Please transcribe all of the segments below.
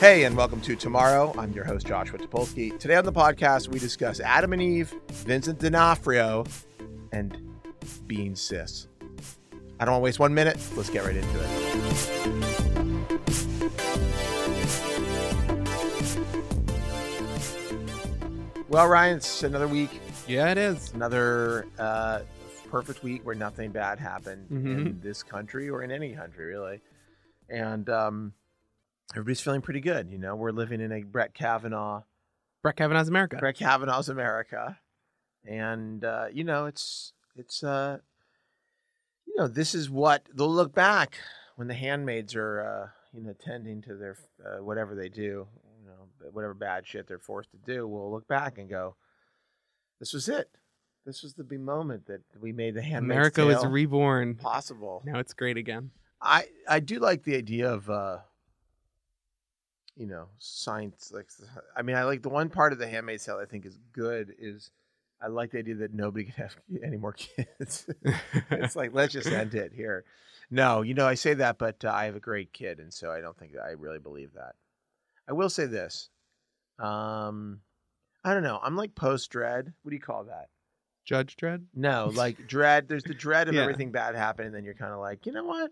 Hey, and welcome to Tomorrow. I'm your host, Joshua Topolsky. Today on the podcast, we discuss Adam and Eve, Vincent D'Onofrio, and being cis. I don't want to waste one minute. Let's get right into it. Well, Ryan, it's another week, Yeah, it is. another uh, perfect week where nothing bad happened in Mhm. this country or in any country, really. And um, everybody's feeling pretty good. You know, we're living in a Brett Kavanaugh Brett Kavanaugh's America. Brett Kavanaugh's America, and uh, you know it's it's uh, you know this is what they'll look back when the handmaids are uh, you know tending to their uh, whatever they do, you know whatever bad shit they're forced to do. We'll look back and go, this was it. This was the big moment that we made the handmaids America was Tale reborn. possible. Now it's great again. I I do like the idea of uh you know science like I mean I like the one part of the handmaid's tale I think is good is I like the idea that nobody could have any more kids. it's like let's just end it here. No, you know I say that but uh, I have a great kid and so I don't think that I really believe that. I will say this. Um I don't know. I'm like post dread. What do you call that? Judge Dredd. No, like dread. There's the dread of Yeah. everything bad happening. Then you're kind of like, you know what?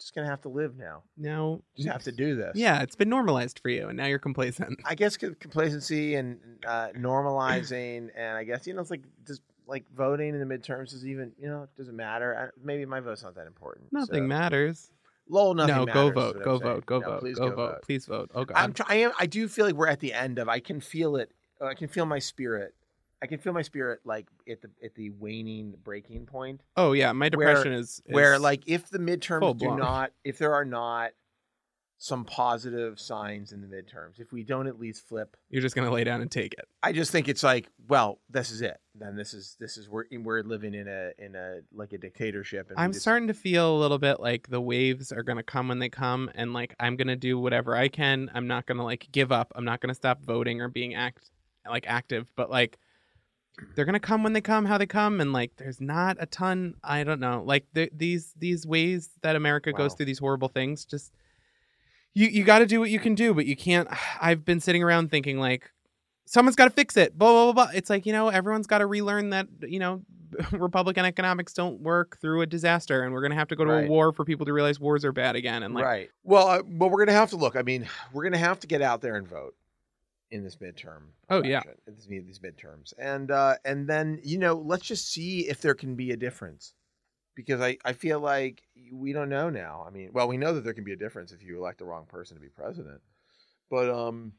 Just gonna have to live now. Now, Just have to do this. yeah, it's been normalized for you, and now you're complacent. I guess c- complacency and uh, normalizing, and I guess you know, it's like just like voting in the midterms is even you know it doesn't matter. I, maybe my vote's not that important. Nothing so- matters. Lol, nothing no, matters. go is what vote. I'm Go saying. vote. Go No, vote. Please go, vote. Please vote. Oh God. I'm trying. I do feel like we're at the end of. I can feel it. uh, I can feel my spirit. I can feel my spirit like at the at the waning breaking point. oh yeah, my where- depression is, is where like if the midterms full do blown. not if there are not some positive signs in the midterms if we don't at least flip you're just gonna lay down and take it. i just think it's like well this is it then this is this is we're we're living in a in a like a dictatorship and we I'm just- starting to feel a little bit like the waves are gonna come when they come, and like I'm gonna do whatever I can. I'm not gonna like give up. I'm not gonna stop voting or being act like active, but like they're gonna come when they come, how they come, and like there's not a ton. I don't know. Like the, these these ways that America goes Wow. through these horrible things, just you you got to do what you can do, but you can't. I've been sitting around thinking like someone's got to fix it. Blah, blah blah blah. It's like you know everyone's got to relearn that you know Republican economics don't work through a disaster, and we're gonna have to go to Right. a war for people to realize wars are bad again. And like right well uh, but we're gonna have to look i mean we're gonna have to get out there and vote in this midterm Oh, yeah. election, in this- these midterms and uh and then you know let's just see if there can be a difference because i i feel like we don't know now i mean well we know that there can be a difference if you elect the wrong person to be president but um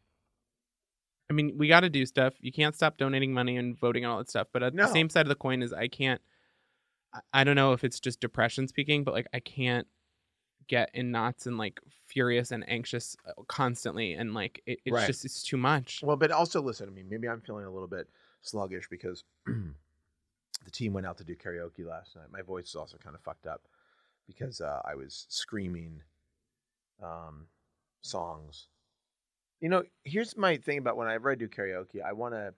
I mean, we got to do stuff. You can't stop donating money and voting and all that stuff. But at No. the same side of the coin is I can't. I- I don't know if it's just depression speaking, but like I can't get in knots and like furious and anxious uh, constantly, and like it, it's Right. just it's too much. well but also listen i mean maybe i'm feeling a little bit sluggish because the team went out to do karaoke last night my voice is also kind of fucked up because uh, i was screaming um, songs. You know, here's my thing about whenever I do karaoke, I want to.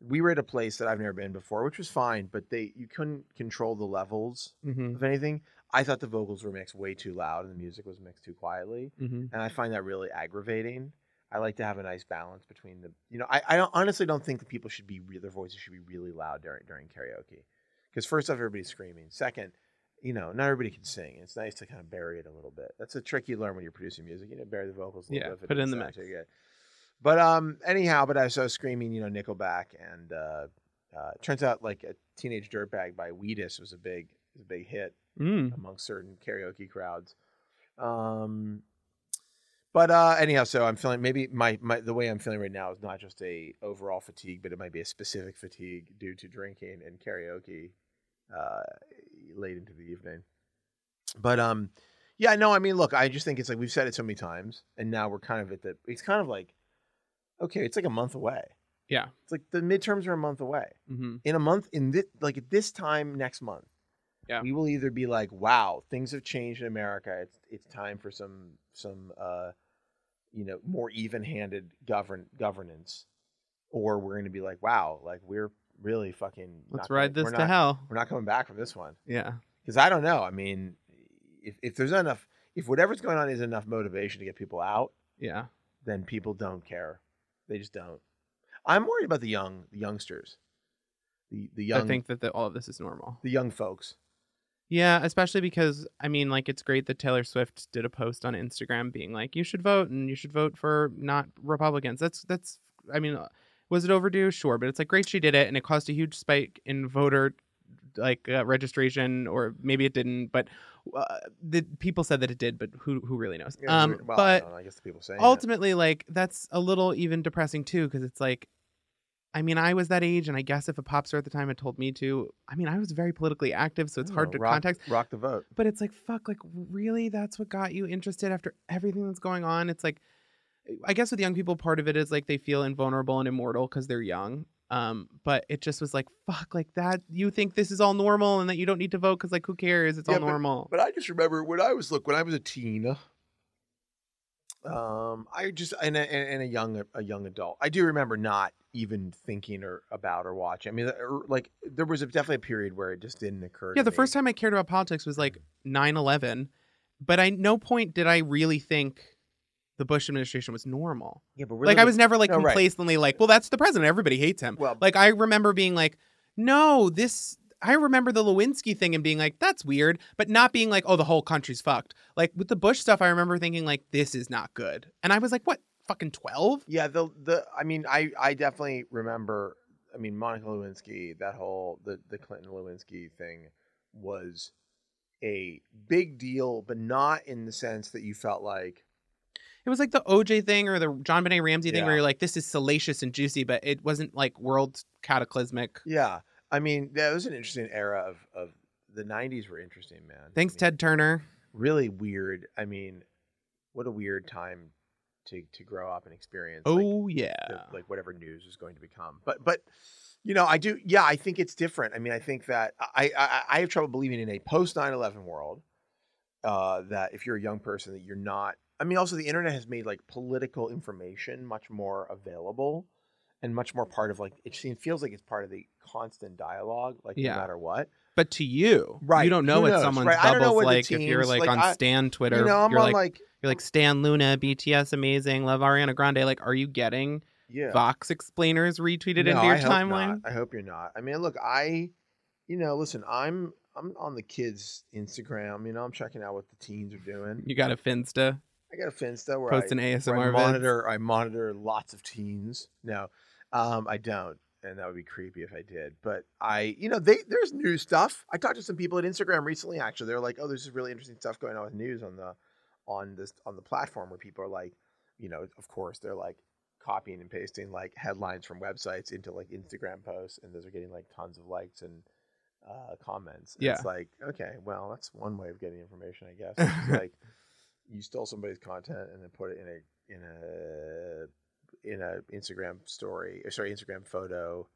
We were at a place that I've never been before, which was fine, but they you couldn't control the levels Mm-hmm. of anything. I thought the vocals were mixed way too loud and the music was mixed too quietly, Mm-hmm. and I find that really aggravating. I like to have a nice balance between the. You know, I, I don't, honestly don't think that people should be re- their voices should be really loud during during karaoke, because first off, everybody's screaming. Second, you know, not everybody can sing. It's nice to kind of bury it a little bit. That's a trick you learn when you're producing music. You know, bury the vocals a little Yeah, bit. if put it in the doesn't mix. sound too good. But um, anyhow, but I was, I was screaming, you know, Nickelback, and uh, uh, it turns out like a Teenage Dirtbag by Weedus was a big was a big hit Mm. amongst certain karaoke crowds. Um, but uh, anyhow, so I'm feeling maybe my, my the way I'm feeling right now is not just a overall fatigue, but it might be a specific fatigue due to drinking and karaoke uh, late into the evening. But um, yeah, no, I mean, look, I just think it's like we've said it so many times, and now we're kind of at the. It's kind of like, okay, it's like a month away. Yeah. It's like the midterms are a month away. Mm-hmm. In a month, in this like at this time next month, Yeah. we will either be like, "Wow, things have changed in America. It's it's time for some some uh, you know more even-handed govern governance," or we're going to be like, "Wow, like we're really fucking not Let's gonna- ride this we're to not- hell. We're not coming back from this one." Yeah. because I don't know. I mean, if if there's enough, if whatever's going on is enough motivation to get people out, Yeah. then people don't care. They just don't. I'm worried about the young, the youngsters, the the young, I think that the, all of this is normal. the young folks. Yeah, especially because I mean, like, it's great that Taylor Swift did a post on Instagram being like, "You should vote, and you should vote for not Republicans." That's that's. I mean, uh, was it overdue? Sure, but it's like great she did it, and it caused a huge spike in voter like uh, registration, or maybe it didn't, but uh, the people said that it did, but who who really knows? Yeah, um, well, I, but don't know, I guess the people saying it. ultimately like that's a little even depressing too because it's like i mean i was that age and i guess if a pop star at the time had told me to i mean i was very politically active so it's I don't hard know, to Oh, rock, context Rock the vote. but it's like fuck like really that's what got you interested after everything that's going on it's like i guess with young people part of it is like they feel invulnerable and immortal because they're young um but it just was like fuck like that you think this is all normal and that you don't need to vote because like who cares it's Yeah, all normal But I just remember when I was look when I was a teen. Um, I just and a, and and a young a young adult. I do remember not even thinking or about or watching. I mean, er, like there was a, definitely a period where it just didn't occur. Yeah, to the me. first time I cared about politics was like 9/11, but I no point did I really think the Bush administration was normal. Yeah, but like I was never like No, right. complacently like, well, that's the president, everybody hates him. well, Like I remember being like, no, this I remember the Lewinsky thing and being like, that's weird, but not being like, oh, the whole country's fucked. Like with the Bush stuff, I remember thinking like, this is not good, and I was like, what, fucking 12? yeah, the the I mean, I I definitely remember. I mean, Monica Lewinsky, that whole the the Clinton Lewinsky thing was a big deal, but not in the sense that you felt like It was like the OJ thing or the John Benet Ramsey thing, Yeah. where you're like, this is salacious and juicy, but it wasn't like world cataclysmic. Yeah, I mean that was an interesting era of of the '90s were interesting, man. I Thanks, mean, Ted Turner. Really weird. I mean, what a weird time to to grow up and experience. like, Oh yeah. the- like whatever news is going to become. But but you know, I do. Yeah, I think it's different. I mean, I think that I I, I have trouble believing in a post 9/11 world uh, that if you're a young person that you're not. I mean, also the internet has made like political information much more available and much more part of like it seems feels like it's part of the constant dialogue, like Yeah. no matter what. but to you, Right, You don't who know what knows, someone's right? I don't know bubble's what the like if you're teams- like, like, on I- Stan Twitter. you know, I'm you're on like, like, you're like Stan Luna, BTS amazing, love Ariana Grande. Like, are you getting yeah. Vox explainers retweeted No, into your I hope not. timeline? I hope you're not. I mean, look, I, you know, listen, I'm I'm on the kids' Instagram. You know, I'm checking out what the teens are doing. You got a Finsta, I got a Finsta where post I, an where I ASMR vid. monitor. I monitor lots of teens. No, um, I don't, and that would be creepy if I did. But I, you know, they there's new stuff. I talked to some people at Instagram recently. Actually, they're like, oh, there's this really interesting stuff going on with news on the on this on the platform where people are like, you know, of course they're like copying and pasting like headlines from websites into like Instagram posts, and those are getting like tons of likes and. Uh, comments. And It's Yeah. like, okay, well, that's one way of getting information, I guess. It's like, you stole somebody's content and then put it in a in a in a Instagram story or sorry Instagram photo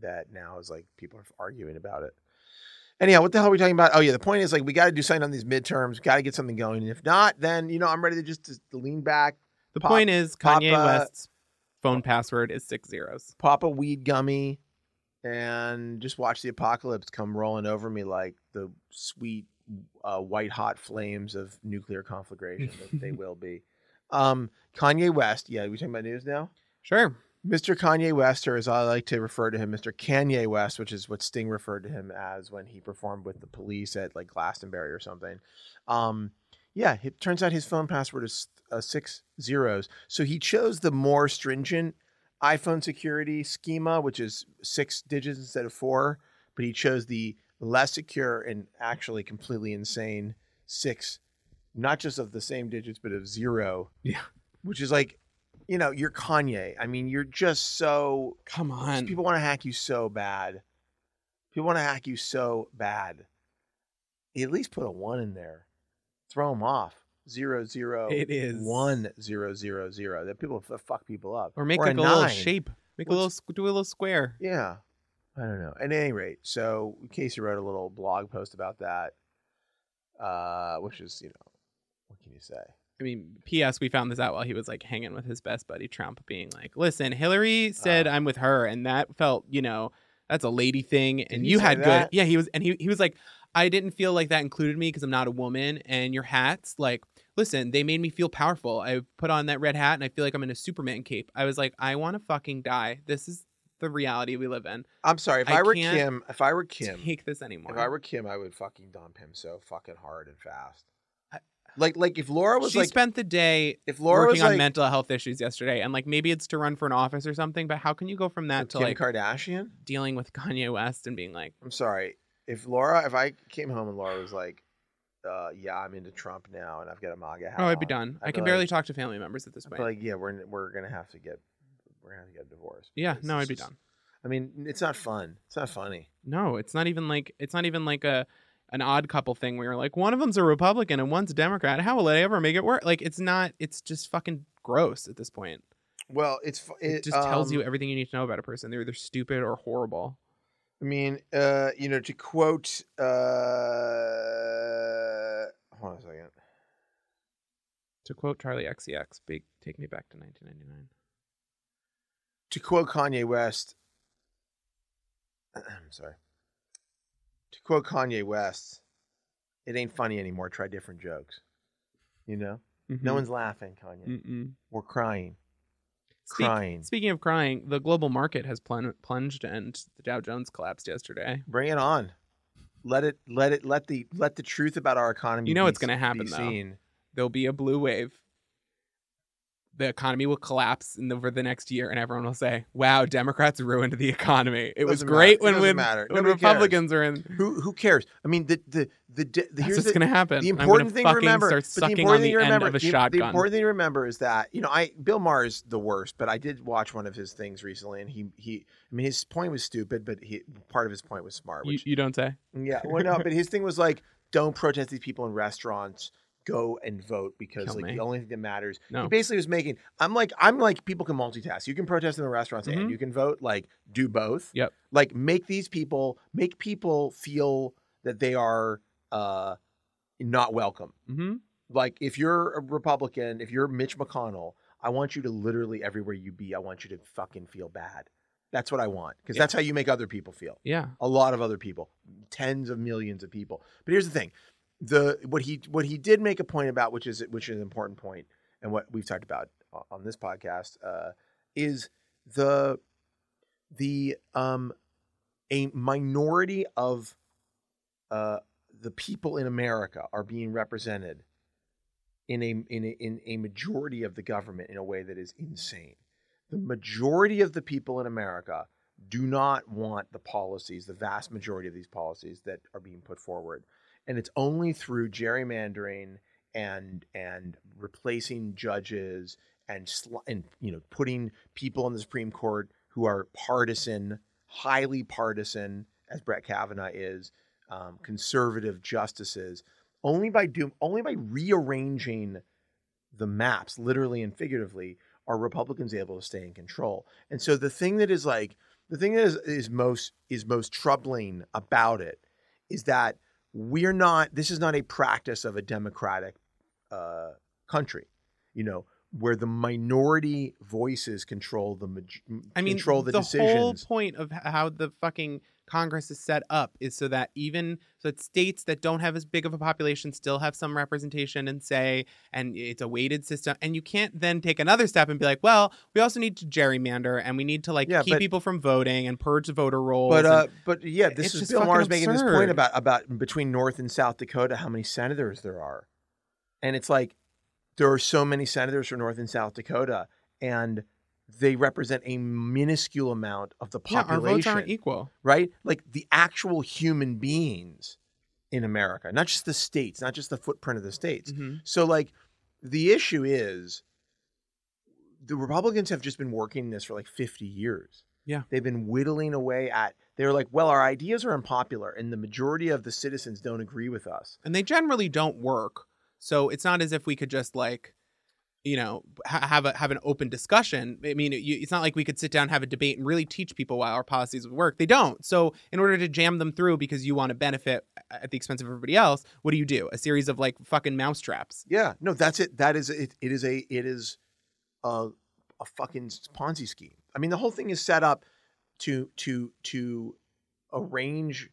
that now is like people are arguing about it. Anyhow, what the hell are we talking about? Oh yeah, the point is like we got to do something on these midterms. Got to get something going. And if not, then you know I'm ready to just, just lean back, The Pop- point is, Pop, Kanye uh, West's phone password is six zeros. pop a weed gummy, and just watch the apocalypse come rolling over me like the sweet uh, white hot flames of nuclear conflagration that they will be. Um, Kanye West, yeah, we talking about news now. Sure. Mr. Kanye West, or as I like to refer to him, Mr. Kanye West, which is what Sting referred to him as when he performed with the police at like Glastonbury or something. Um, yeah, it turns out his phone password is uh, six zeros. So he chose the more stringent iPhone security schema, which is six digits instead of four, but he chose the less secure and actually completely insane six, not just of the same digits, but of zero. Yeah. Which is like, you know, you're Kanye. I mean, you're just so Come on. people want to hack you so bad. People want to hack you so bad. At least put a one in there. Throw them off. Zero zero it is one zero zero zero. That people f- fuck people up. Or make a like a, little nine. shape. Make a What's- little s- do a little square. Yeah. I don't know. At any rate, so Casey wrote a little blog post about that, uh, which is you know, what can you say? I mean, P.S. We found this out while he was like hanging with his best buddy Trump, being like, "Listen, Hillary said Uh. I'm with her, and that felt, you know, that's a lady thing." And he you say had good, that? yeah. He was, and he he was like, "I didn't feel like that included me because I'm not a woman." And your hats, like, listen, they made me feel powerful. I put on that red hat, and I feel like I'm in a Superman cape. I was like, I want to fucking die. This is the reality we live in. I'm sorry if I I, were can't Kim. If I were Kim, Take this anymore. if I were Kim, I would fucking dump him so fucking hard and fast. I- Like like if Laura was she like spent the day if Laura was working on like mental health issues yesterday, and like maybe it's to run for an office or something. But how can you go from that with to Kim like Kardashian, dealing with Kanye West and being like, I'm sorry. If Laura, if I came home and Laura was like, uh, "Yeah, I'm into Trump now, and I've got a MAGA hat," "Oh, I'd be on," done. I'd I be can like- barely talk to family members at this I'd point." be like, "Yeah, we're we're gonna have to get we're gonna have to get a divorce." yeah, because no, it's I'd be just- done. I mean, it's not fun. It's not funny. No, it's not even like it's not even like a an odd couple thing where you're like, one of them's a Republican and one's a Democrat. How will I ever make it work? Like, it's not. It's just fucking gross at this point. Well, it's fu- It, just tells um, you everything you need to know about a person. They're either stupid or horrible. I mean, uh, you know, to quote, uh, hold on a second. To quote Charlie XCX, "Big, take me back to 1999." To quote Kanye West, I'm sorry. To quote Kanye West, it ain't funny anymore. Try different jokes. You know, Mm. no one's laughing, Kanye. Mm-mm. We're crying. Speak- Crying. Speaking of crying, the global market has plun- plunged and the Dow Jones collapsed yesterday. Bring it on. Let it. Let it. Let the. Let the truth about our economy. You know be it's gonna s- be happen, though. seen. There'll be a blue wave. The economy will collapse in the, over the next year, and everyone will say, "Wow, Democrats ruined the economy. It was Doesn't great matter. It when doesn't when, matter. when Nobody cares." Republicans are in." Who Who cares? I mean, the the the, de- the That's here's what's the, going to happen. the I'm gonna important thing to fucking remember. but Start the sucking important thing on the to end remember. of a the, shotgun. the important thing to remember is that you know I Bill Maher's the worst, but I did watch one of his things recently, and he he. I mean, his point was stupid, but he part of his point was smart. you, Which you don't say. yeah, well, no, but his thing was like, don't protest these people in restaurants. Go and vote because Kill like me. Oh. the only thing that matters No. he basically was making. I'm like, I'm like, people can multitask. You can protest in the restaurants Mhm. and you can vote. Like, do both. Yep. Like, make these people, make people feel that they are uh, not welcome. hmm Like, if you're a Republican, if you're Mitch McConnell, I want you to literally everywhere you be, I want you to fucking feel bad. That's what I want because Yeah. that's how you make other people feel Yeah. a lot of other people, tens of millions of people. But here's the thing: the what he what he did make a point about, which is which is an important point, and what we've talked about o- on this podcast, uh, is the the um a minority of uh the people in America are being represented in a in a, in a majority of the government in a way that is insane. The majority of the people in America do not want the policies, the vast majority of these policies that are being put forward. And it's only through gerrymandering and and replacing judges and sl- and you know putting people on the Supreme Court who are partisan, highly partisan, as Brett Kavanaugh is, um, conservative justices. Only by do only by rearranging the maps, literally and figuratively, are Republicans able to stay in control. And so the thing that is like the thing that is, is most is most troubling about it is that we're not this is not a practice of a democratic uh, country you know where the minority voices control the maj- I mean, control the, whole decisions point of h- how the fucking Congress is set up is so that even so that states that don't have as big of a population still have some representation and say, and it's a weighted system. And you can't then take another step and be like, well, we also need to gerrymander and we need to like Yeah, keep but- people from voting and purge the voter rolls. but uh, and- but yeah, this It's is just Bill fucking Maher's making this absurd. point about about between North and South Dakota, how many senators there are, and it's like there are so many senators from North and South Dakota, and they represent a minuscule amount of the yeah, our votes population, aren't e-, equal. right? Like the actual human beings in America, not just the states, not just the footprint of the states. Mhm. So like the issue is the Republicans have just been working this for like 50 years. Yeah. They've been whittling away at they're like, well, our ideas are unpopular and the majority of the citizens don't agree with us. And they generally don't work. So it's not as if we could just like you know ha- have a have an open discussion i mean you, it's not like we could sit down have a debate and really teach people why our policies would work they don't so in order to jam them through because you want to benefit at the expense of everybody else what do you do a series of like fucking mousetraps Yeah, no, that's it. That is it. It is a it is a a fucking Ponzi scheme. I mean, the whole thing is set up to to to arrange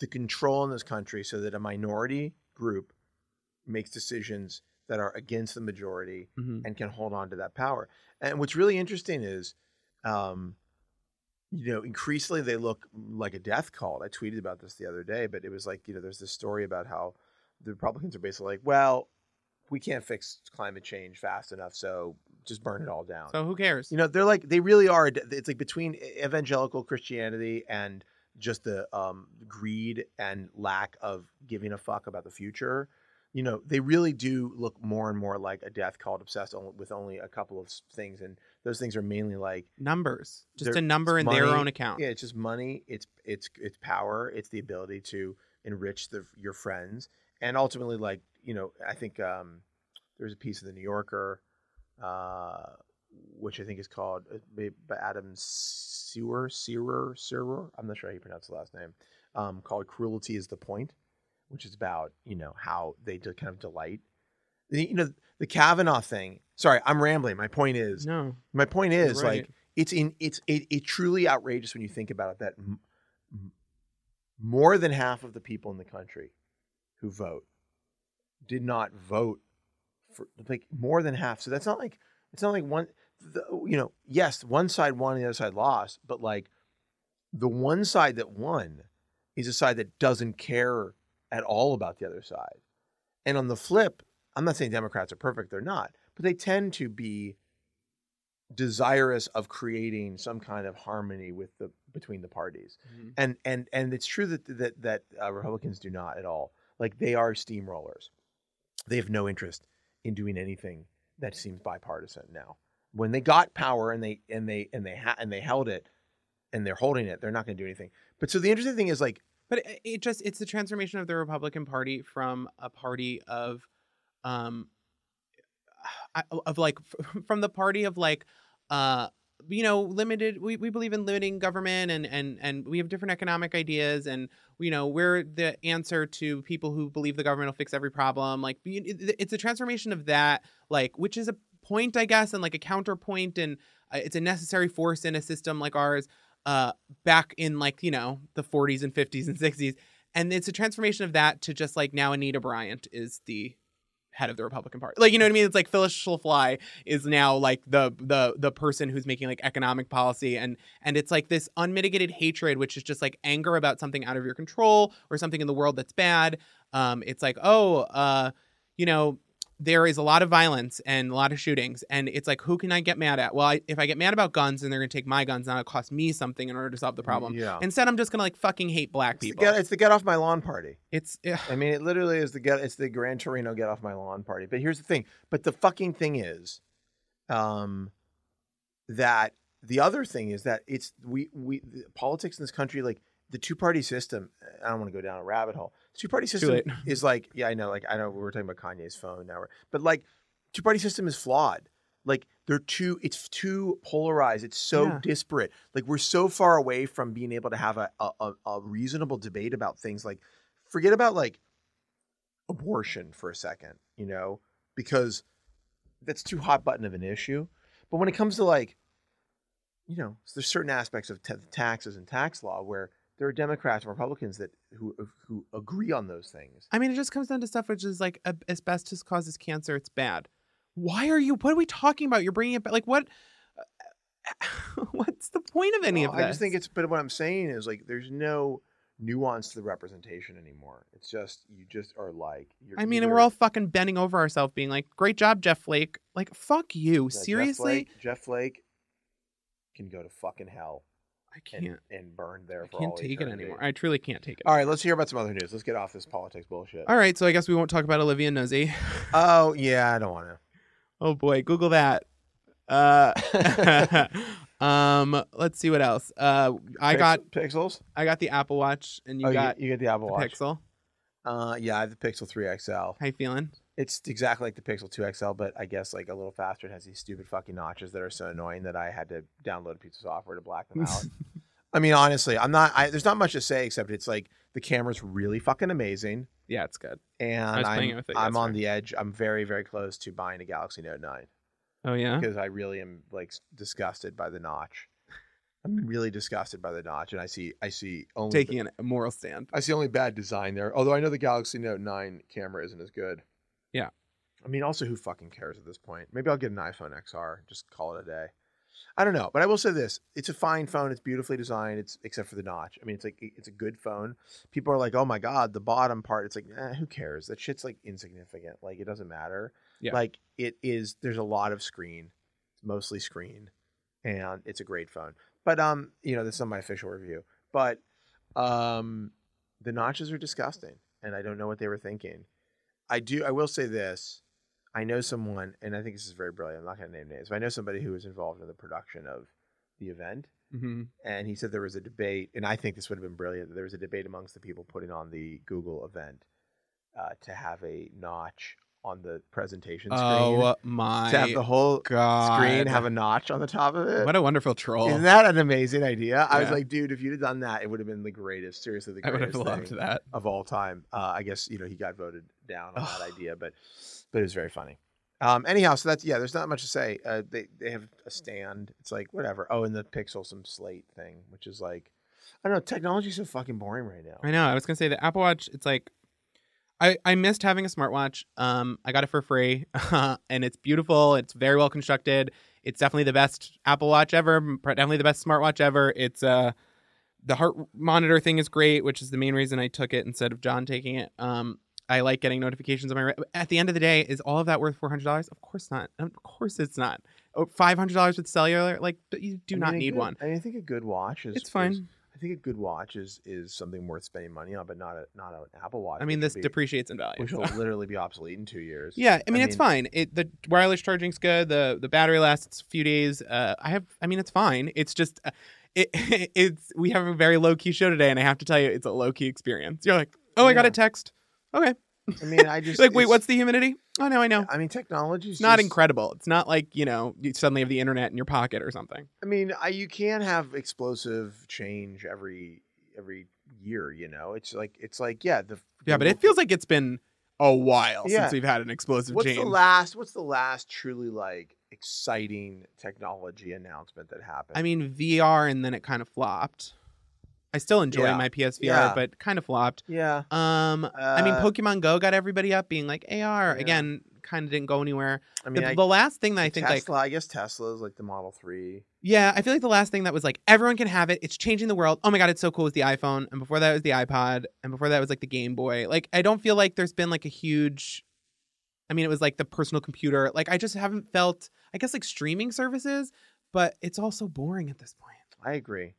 the control in this country so that a minority group makes decisions that are against the majority Mhm. and can hold on to that power. And what's really interesting is, um, you know, increasingly they look like a death cult. I tweeted about this the other day, but it was like, you know, there's this story about how the Republicans are basically like, well, we can't fix climate change fast enough, so just burn it all down. so who cares you know, they're like, they really are. a de- It's like between e, evangelical Christianity and just the um, greed and lack of giving a fuck about the future you know, they really do look more and more like a death cult obsessed on, with only a couple of s- things, and those things are mainly like numbers just There- a number in it's their money. own account yeah, it's just money, it's it's it's power, it's the ability to enrich the, your friends, and ultimately, like you know, I think um, there's a piece of the New Yorker, uh, which I think is called uh, by by Adam Sewer Sewer Sewer. I'm not sure how you pronounce the last name. Um, called "Cruelty Is the Point," which is about you know how they do kind of delight. The- You know the Kavanaugh thing. Sorry, I'm rambling. My point is, no my point you're is like right. it's in it's it, it truly outrageous when you think about it that m- m- more than half of the people in the country who vote did not vote for like more than half so that's not like it's not like one the, you know yes one side won and the other side lost but like the one side that won is a side that doesn't care at all about the other side and on the flip i'm not saying democrats are perfect they're not but they tend to be desirous of creating some kind of harmony with the between the parties Mhm. and and and it's true that that that uh, republicans do not at all like they are steamrollers they have no interest in doing anything that seems bipartisan now when they got power and they and they and they ha- and they held it and they're holding it they're not going to do anything but so the interesting thing is like But it, it just it's the transformation of the Republican Party from a party of um I- of like f- from the party of like uh you know limited we, we believe in limiting government and and and we have different economic ideas and you know we're the answer to people who believe the government will fix every problem like you- it- it's a transformation of that like which is a point i guess and like a counterpoint and uh, it's a necessary force in a system like ours uh back in like you know the 40s and 50s and 60s and it's a transformation of that to just like now anita bryant is the head of the republican party like you know what i mean it's like phyllis schlafly is now like the the the person who's making like economic policy and and it's like this unmitigated hatred which is just like anger about something out of your control or something in the world that's bad um it's like oh uh you know there is a lot of violence and a lot of shootings and it's like who can i get mad at well I, if i get mad about guns then they're going to take my guns now it cost me something in order to solve the problem yeah Instead, I'm just gonna like fucking hate black it's the, people. get, it's the get off my lawn party It's eh, ugh, I mean, it literally is the get. It's the Gran Torino get off my lawn party. But here's the thing. But the fucking thing is, um, that the other thing is that it's we we the politics in this country like the two party system. I don't want to go down a rabbit hole. Two party system late. is like yeah, I know. Like I know we were talking about Kanye's phone now, we're- but like two party system is flawed. Like they're too. It's too polarized. It's so Yeah. disparate. Like we're so far away from being able to have a a, a- a reasonable debate about things like forget about like abortion for a second, you know, because that's too hot button of an issue. But when it comes to like, you know, there's certain aspects of t- taxes and tax law where there are Democrats and Republicans that who who agree on those things. I mean, it just comes down to stuff which is like ab- asbestos causes cancer. It's bad. Why are you? What are we talking about? You're bringing it back. Like what? uh, What's the point of any Well, of this? I just think it's. But what I'm saying is like, there's no nuance to the representation anymore. It's just you just are like. You're I mean, either- and we're all fucking bending over ourselves, being like, "Great job, Jeff Flake." Like, fuck you, Yeah, Jeff seriously. Flake- Jeff Flake can go to fucking hell I and, can't. and burn there I for can't all take it eternity. anymore. I truly can't take it. All right, let's hear about some other news. Let's get off this politics bullshit. All right, so I guess we won't talk about Olivia Nosey. Oh yeah, I don't want to. Oh boy, Google that. Uh, um, let's see what else. Uh, I got pixels. I got the Apple Watch and you oh, got you, you get the Apple the Watch. Pixel. Uh, yeah, I have the Pixel Three XL. How you feeling? It's exactly like the Pixel 2 XL, but I guess like a little faster. It has these stupid fucking notches that are so annoying that I had to download a piece of software to black them out. I mean, honestly, I'm not. I, there's not much to say except it's like the camera's really fucking amazing, yeah, it's good. and was playing I'm, it with it I'm on yesterday. the edge. I'm very, very close to buying a Galaxy Note 9 Oh yeah. because I really am like s- disgusted by the notch. I'm really disgusted by the notch, and I see, I see only Taking an- a moral stand. I see only bad design there. Although I know the Galaxy Note 9 camera isn't as good. Yeah. I mean, also, who fucking cares at this point? Maybe I'll get an iPhone XR, just call it a day. I don't know, but I will say this: it's a fine phone. It's beautifully designed. It's except for the notch. I mean, it's like it's a good phone. People are like, "Oh my god, the bottom part." It's like, eh, who cares? That shit's like insignificant. Like it doesn't matter. Yeah. Like it is. There's a lot of screen. It's mostly screen, and it's a great phone. But um, you know, this is not my official review. But um, the notches are disgusting, and I don't know what they were thinking. I do. I will say this. I know someone, and I think this is very brilliant. I'm not going to name names, but I know somebody who was involved in the production of the event, hmm and he said there was a debate, and I think this would have been brilliant. There was a debate amongst the people putting on the Google event uh, to have a notch on the presentation screen, Oh my to have the whole god! screen have a notch on the top of it. what a wonderful troll! Isn't that an amazing idea? I was Yeah. like, dude, if you'd have done that, it would have been the greatest. Seriously, the I would have greatest loved thing that. of all time. Uh, I guess you know he got voted down on that Ugh. idea, but but it was very funny. Um, anyhow, so that's yeah. There's not much to say. Uh, they they have a stand. It's like whatever. Oh, and the Pixel some slate thing, which is like I don't know. Technology's so fucking boring right now. I know. I was gonna say the Apple Watch. It's like I I missed having a smartwatch. Um, I got it for free, and it's beautiful. It's very well constructed. It's definitely the best Apple Watch ever. m- Definitely the best smartwatch ever. It's uh the heart monitor thing is great, which is the main reason I took it instead of John taking it. Um. I like getting notifications on my. Re- At the end of the day, is all of that worth four hundred dollars? Of course not. Of course it's not. Oh, five hundred dollars with cellular, like but you do I mean, not a need good- one. I, mean, I think a good watch is It's is- fine. I think a good watch is is something worth spending money on, but not a not an Apple Watch. I mean, which this will be, depreciates in value. which will literally be obsolete in two years. Yeah, I mean I it's mean- fine. It the wireless charging's good. the The battery lasts a few days. Uh, I have. I mean it's fine. It's just, uh, it it's we have a very low key show today, and I have to tell you, it's a low key experience. You're like, oh, I got Yeah. a text. Okay, I mean, I just like wait, it's- what's the humidity? Oh no, I know. I mean, technology It's not just, incredible. It's not like you know you suddenly have the internet in your pocket or something. I mean, I, you can have explosive change every every year. You know, it's like it's like yeah, the Yeah, but it feels like it's been a while Yeah. since we've had an explosive What's change. the last? What's the last truly like exciting technology announcement that happened? I mean VR, and then it kind of flopped. I still enjoy Yeah. my PSVR, Yeah. but kind of flopped. yeah, Um, I mean, Uh, Pokemon Go got everybody up being like AR Yeah. again. Kind of didn't go anywhere. I mean, the, I, the last thing that I think, Tesla. like, I guess Tesla is like the Model Three. yeah, I feel like the last thing that was like everyone can have it. It's changing the world. Oh my god, it's so cool was the iPhone, and before that was the iPod, and before that was like the Game Boy. Like, I don't feel like there's been like a huge. I mean, it was like the personal computer. Like, I just haven't felt. I guess like streaming services, but it's all so boring at this point. I agree.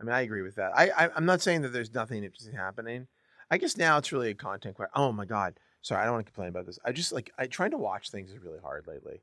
I mean, I agree with that. I, I I'm not saying that there's nothing interesting happening. I guess now it's really a content question. Oh my god, sorry, I don't want to complain about this. I just like I trying to watch things is really hard lately.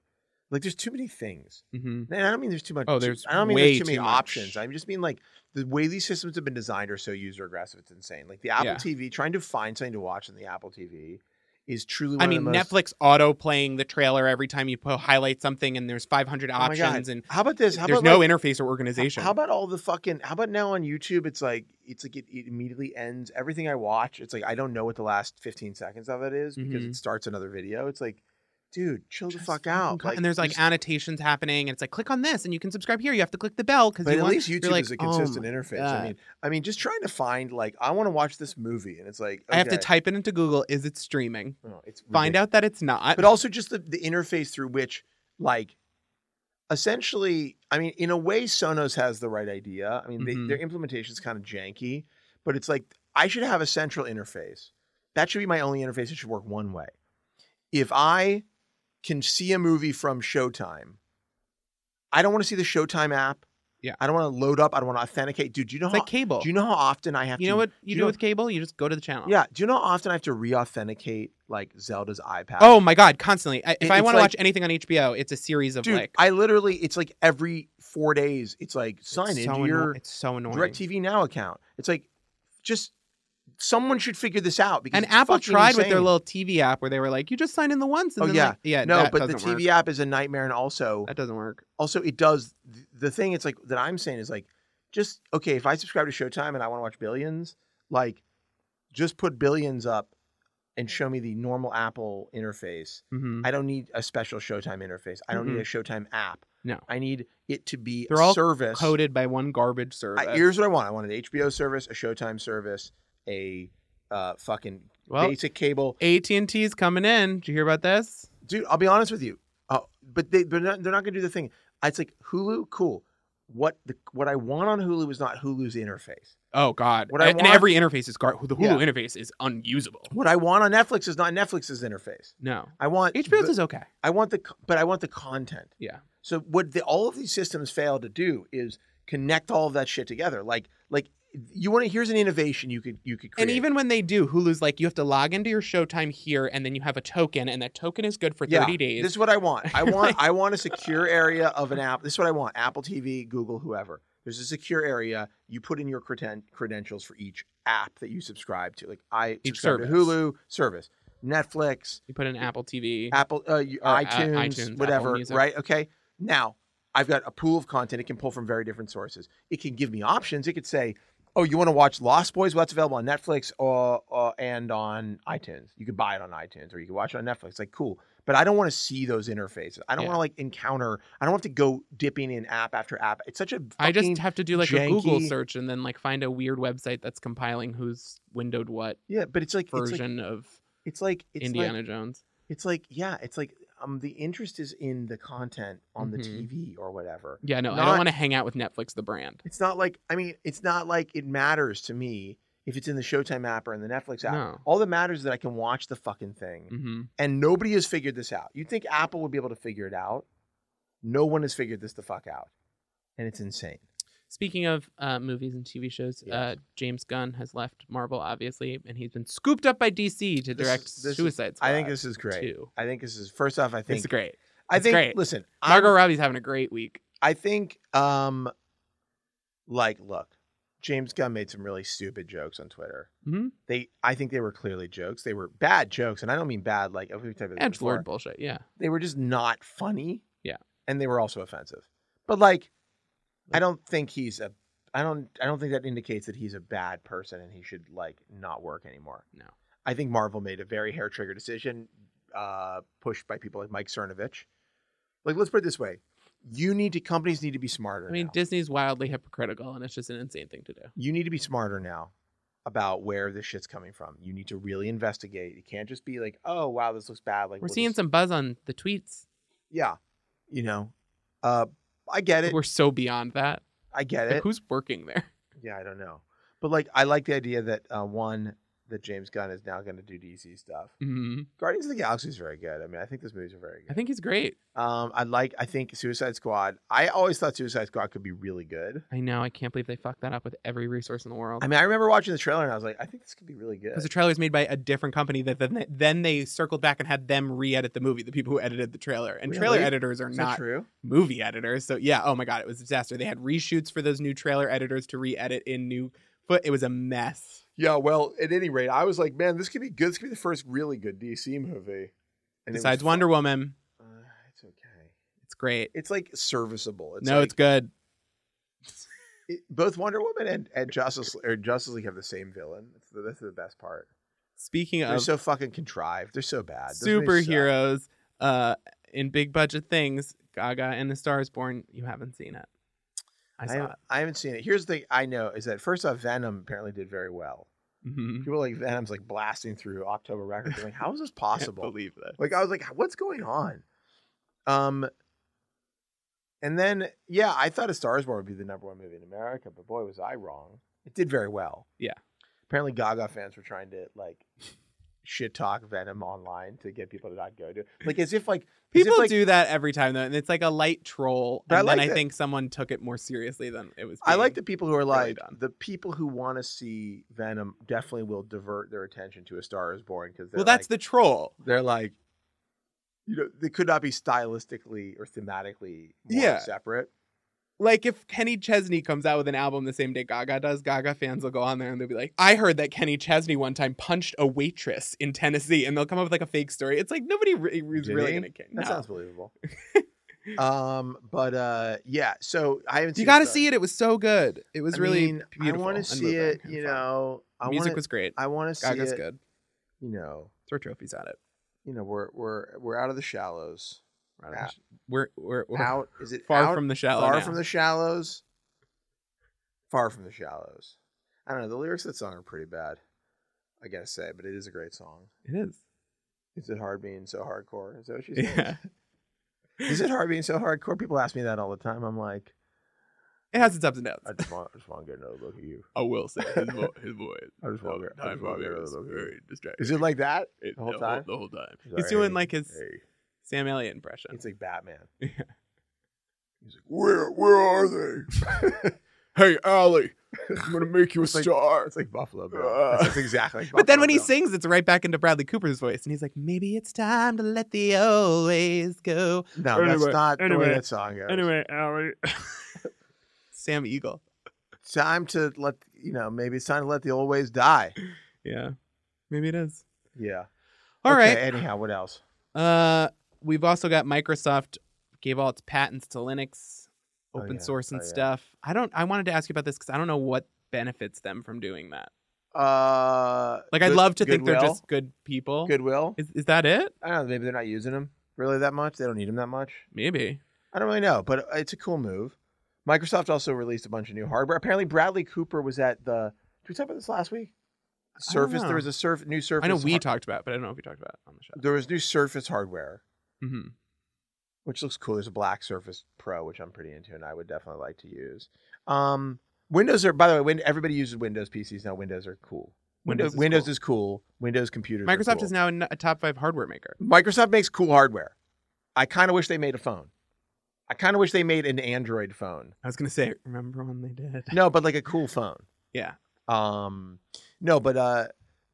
Like there's too many things. Mm-hmm. And I don't mean there's too much. Oh, too- there's I don't mean way there's too many too much. options. I just mean like the way these systems have been designed are so user aggressive. It's insane. Like the Apple Yeah. TV, trying to find something to watch on the Apple TV is truly. One I of the mean, most- Netflix auto playing the trailer every time you po- highlight something, and there's 500 Oh my God. options, and How about this? How there's about no like, interface or organization. How about all the fucking? How about now on YouTube? It's like it's like it, it immediately ends everything I watch. It's like I don't know what the last fifteen seconds of it is because Mhm. it starts another video. It's like, dude, chill the Just fuck fucking out. co- and there's like just- annotations happening, and it's like click on this, and you can subscribe here. You have to click the bell because but you at want. least YouTube like, is a "Oh consistent my interface. God." I mean, I mean, just trying to find like I want to watch this movie, and it's like I have to okay, type it into Google. Is it streaming? no, it's Find out that it's not. but also just the, the interface through which like essentially i mean in a way sonos has the right idea i mean they, Mhm. their implementation is kind of janky but it's like i should have a central interface that should be my only interface it should work one way if i can see a movie from showtime i don't want to see the showtime app Yeah. i don't want to load up i don't want to authenticate dude do you know it's how like cable. do you know how often i have You to know what you you do know- with cable? You just go to the channel. yeah do you know how often i have to re-authenticate like zelda's ipad Oh my god, constantly. I, if It- I it's want to like- watch anything on HBO, it's a series of Dude, like. I literally, it's like every four days, it's like sign it's into so anno- your It's so annoying. DirecTV Now account. It's like just someone should figure this out because And it's Apple fucking tried with their insane. little TV app where they were like, you just sign in the once. And Oh, then yeah. like- yeah. no, that but the doesn't work. TV app is a nightmare, and also that doesn't work. also it does th- the thing. It's like that I'm saying is like just okay if I subscribe to Showtime and I want to watch Billions, like just put Billions up and show me the normal Apple interface. hmm I don't need a special Showtime interface. I don't need a Showtime app. Mm-hmm. No. I need it to be They're a all service. Coded by one garbage service. I, here's what I want. I want an HBO service, a Showtime service, a uh, fucking well, basic cable. AT and T's coming in. Did you hear about this? dude. I'll be honest with you. Uh, but they they're not, they're not gonna do the thing. It's like Hulu, cool. What the what I want on Hulu is not Hulu's interface. Oh God! What I and want- every interface is gar- the Hulu Yeah. interface is unusable. What I want on Netflix is not Netflix's interface. No, I want HBO The, is okay. I want the co- but I want the content. Yeah. So what the, all of these systems fail to do is connect all of that shit together. Like like you want to here's an innovation you could you could create. And even when they do, Hulu's like you have to log into your Showtime here, and then you have a token, and that token is good for Yeah, thirty days. This is what I want. I want I want a secure area of an app. This is what I want. Apple TV, Google, whoever. There's a secure area. You put in your creden- credentials for each app that you subscribe to. Like I Each subscribe to service. Hulu service, Netflix, You put in Apple TV. Apple, uh, you- Or, uh, iTunes, iTunes, Apple whatever. Music. Right? Okay. Now I've got a pool of content. It can pull from very different sources. It can give me options. It could say. Oh, you want to watch Lost Boys? Well, that's available on Netflix or, or and on iTunes. You can buy it on iTunes or you can watch it on Netflix. Like, cool but I don't want to see those interfaces. I don't Yeah. want to like encounter. I don't have to go dipping in app after app. It's such a I just fucking- have to do like a Google janky- search and then like find a weird website that's compiling who's windowed what yeah, but it's like it's like version of it's like it's Indiana like Jones. it's like yeah, it's like um the interest is in the content on Mhm. the TV or whatever. Yeah, no, I Not- don't want to hang out with Netflix, the brand. It's not like I mean, it's not like it matters to me if it's in the Showtime app or in the Netflix app. No. All that matters is that I can watch the fucking thing. hmm And nobody has figured this out. You'd think Apple would be able to figure it out. No one has figured this the fuck out. And it's insane. Speaking of uh, movies and TV shows, Yes. uh, James Gunn has left Marvel, obviously, and he's been scooped up by DC to This direct is- this is- Suicide Squad. I think this is great. Too. I think this is first off. I think It's great. I it's think great. listen, I'm- Margot Robbie's having a great week. I think um, like look, James Gunn made some really stupid jokes on Twitter. Mhm. They, I think they were clearly jokes. They were bad jokes, and I don't mean bad like every type of Edge before. Lord bullshit. Yeah. They were just not funny. Yeah. and they were also offensive. But like, I Like- don't think he's a. I don't. I don't think that indicates that he's a bad person and he should like not work anymore. No. I think Marvel made a very hair trigger decision, uh, pushed by people like Mike Cernovich. Like, let's put it this way: you need to companies need to be smarter. I mean, now. Disney's wildly hypocritical, and it's just an insane thing to do. you need to be smarter now about where this shit's coming from. You need to really investigate. You can't just be like, "Oh, wow, this looks bad." Like We're we'll seeing just- some buzz on the tweets. yeah, you know. Uh, I get it. We're so beyond that. I get Like, it. who's working there? Yeah, I don't know, but like, I like the idea that uh, one that James Gunn is now going to do DC stuff. Mhm. Guardians of the Galaxy is very good. I mean, I think those movies are very good. I think he's great. Um, I like. I think Suicide Squad. I always thought Suicide Squad could be really good. I know. I can't believe they fucked that up with every resource in the world. I mean, I remember watching the trailer and I was like, I think this could be really good. because the trailer was made by a different company that then then they circled back and had them re-edit the movie the people who edited the trailer and trailer Really? editors are Is that not true? movie editors so yeah oh my god it was a disaster they had reshoots for those new trailer editors to re-edit in new foot it was a mess Yeah. Well, at any rate, I was like, man, this could be good. This could be the first really good DC movie. And it was besides fun. wonder woman uh, it's okay. it's great It's like serviceable. It's no like- it's good it- both Wonder Woman and, and Justice or Justice League have the same villain. That's the, that's the best part. speaking They're of so fucking contrived. They're so bad. Those movies suck. superheroes uh in big budget things gaga and the stars born you haven't seen it i saw haven't- I haven't seen it. Here's the thing I know is that first off, Venom apparently did very well. it Mhm. people like Venom's like blasting through October records. I'm like, how is this possible? can't believe that Like, I was like, what's going on? Um, and then yeah, I thought A Star Is Born would be the number one movie in America, but boy, was I wrong. It did very well. Yeah. Apparently, Gaga fans were trying to like shit talk Venom online to get people to not go to it. like as if like as if, People like, do that every time though, and it's like a light troll. But I and then like I that- think someone took it more seriously than it was. I like the being. people who are really like done. the people who want to see Venom definitely will divert their attention to A Star Is Born because Well, that's the troll. they're like you know they could not be stylistically or thematically more Yeah. separate Like if Kenny Chesney comes out with an album the same day Gaga does, Gaga fans will go on there and they'll be like, "I heard that Kenny Chesney one time punched a waitress in Tennessee," and they'll come up with like a fake story. It's like nobody re- is Did really he? gonna care. That No. sounds believable. um, but uh, yeah. So I haven't. Seen You got to Star. see it. It was so good. It was I really mean, beautiful. I want to and see moving it. and You fun. know, I music want. was great. I want to see Gaga's it. good. You know, Throw trophies at it. you know, we're we're we're out of the shallows. Rather Out. than sh- We're we're, we're Out is it far out? from the shallow. far now. from the shallows. Far from the shallows. I don't know. The lyrics of that song are pretty bad. I gotta say, but it is a great song. It is. Is it hard being so hardcore? Is that what she said? Yeah. Is it hard being so hardcore? People ask me that all the time. I'm like, It has its ups and downs. I just want, I just want to get another look at you. I will say his, vo- his voice. I just want to get, I just want to get another look at you. distracting. Is it like that? It- the whole time? The whole time. He's He's like, doing "Hey, like his hey." Sam Elliott impression. It's like Batman. Yeah. He's like, where, where are they? hey, Allie, I'm gonna make you a star. It's like Buffalo Bill. Uh. That's exactly. Like but then Buffalo when he Bill. sings, it's right back into Bradley Cooper's voice, and he's like, "Maybe it's time to let the old ways go." no, Anyway, that's not the way anyway, that song goes. Allie. Sam Eagle. It's time to let you know. Maybe it's time to let the old ways die. Yeah, maybe it is. Yeah. All right. okay, Anyhow, what else? Uh, we've also got Microsoft gave all its patents to Linux, Oh, open yeah. source and Oh, yeah. stuff. I don't. I wanted to ask you about this because I don't know what benefits them from doing that. Uh, Like, I'd good- love to think they're Goodwill? just good people. Goodwill. Is is that it? I don't know. Maybe they're not using them really that much. They don't need them that much. Maybe. I don't really know, but uh, it's a cool move. Microsoft also released a bunch of new hardware. Apparently, Bradley Cooper was at the. Did we talk about this last week? I don't Surface. know. There was a surf new Surface. I know we har- talked about, it, but I don't know if we talked about it on the show. There was new Surface hardware, hmm which looks cool. There's a black Surface Pro, which I'm pretty into, and I would definitely like to use. Um, Windows are, by the way, when everybody uses Windows PCs now. Windows are cool. Windows Windows is Windows cool. is cool. Windows computers. are Microsoft cool. is now a n- a top five hardware maker. Microsoft makes cool hardware. I kind of wish they made a phone. I kind of wish they made an Android phone. I was gonna say, remember when they did? No, but like a cool phone. Yeah. Um, no, but uh,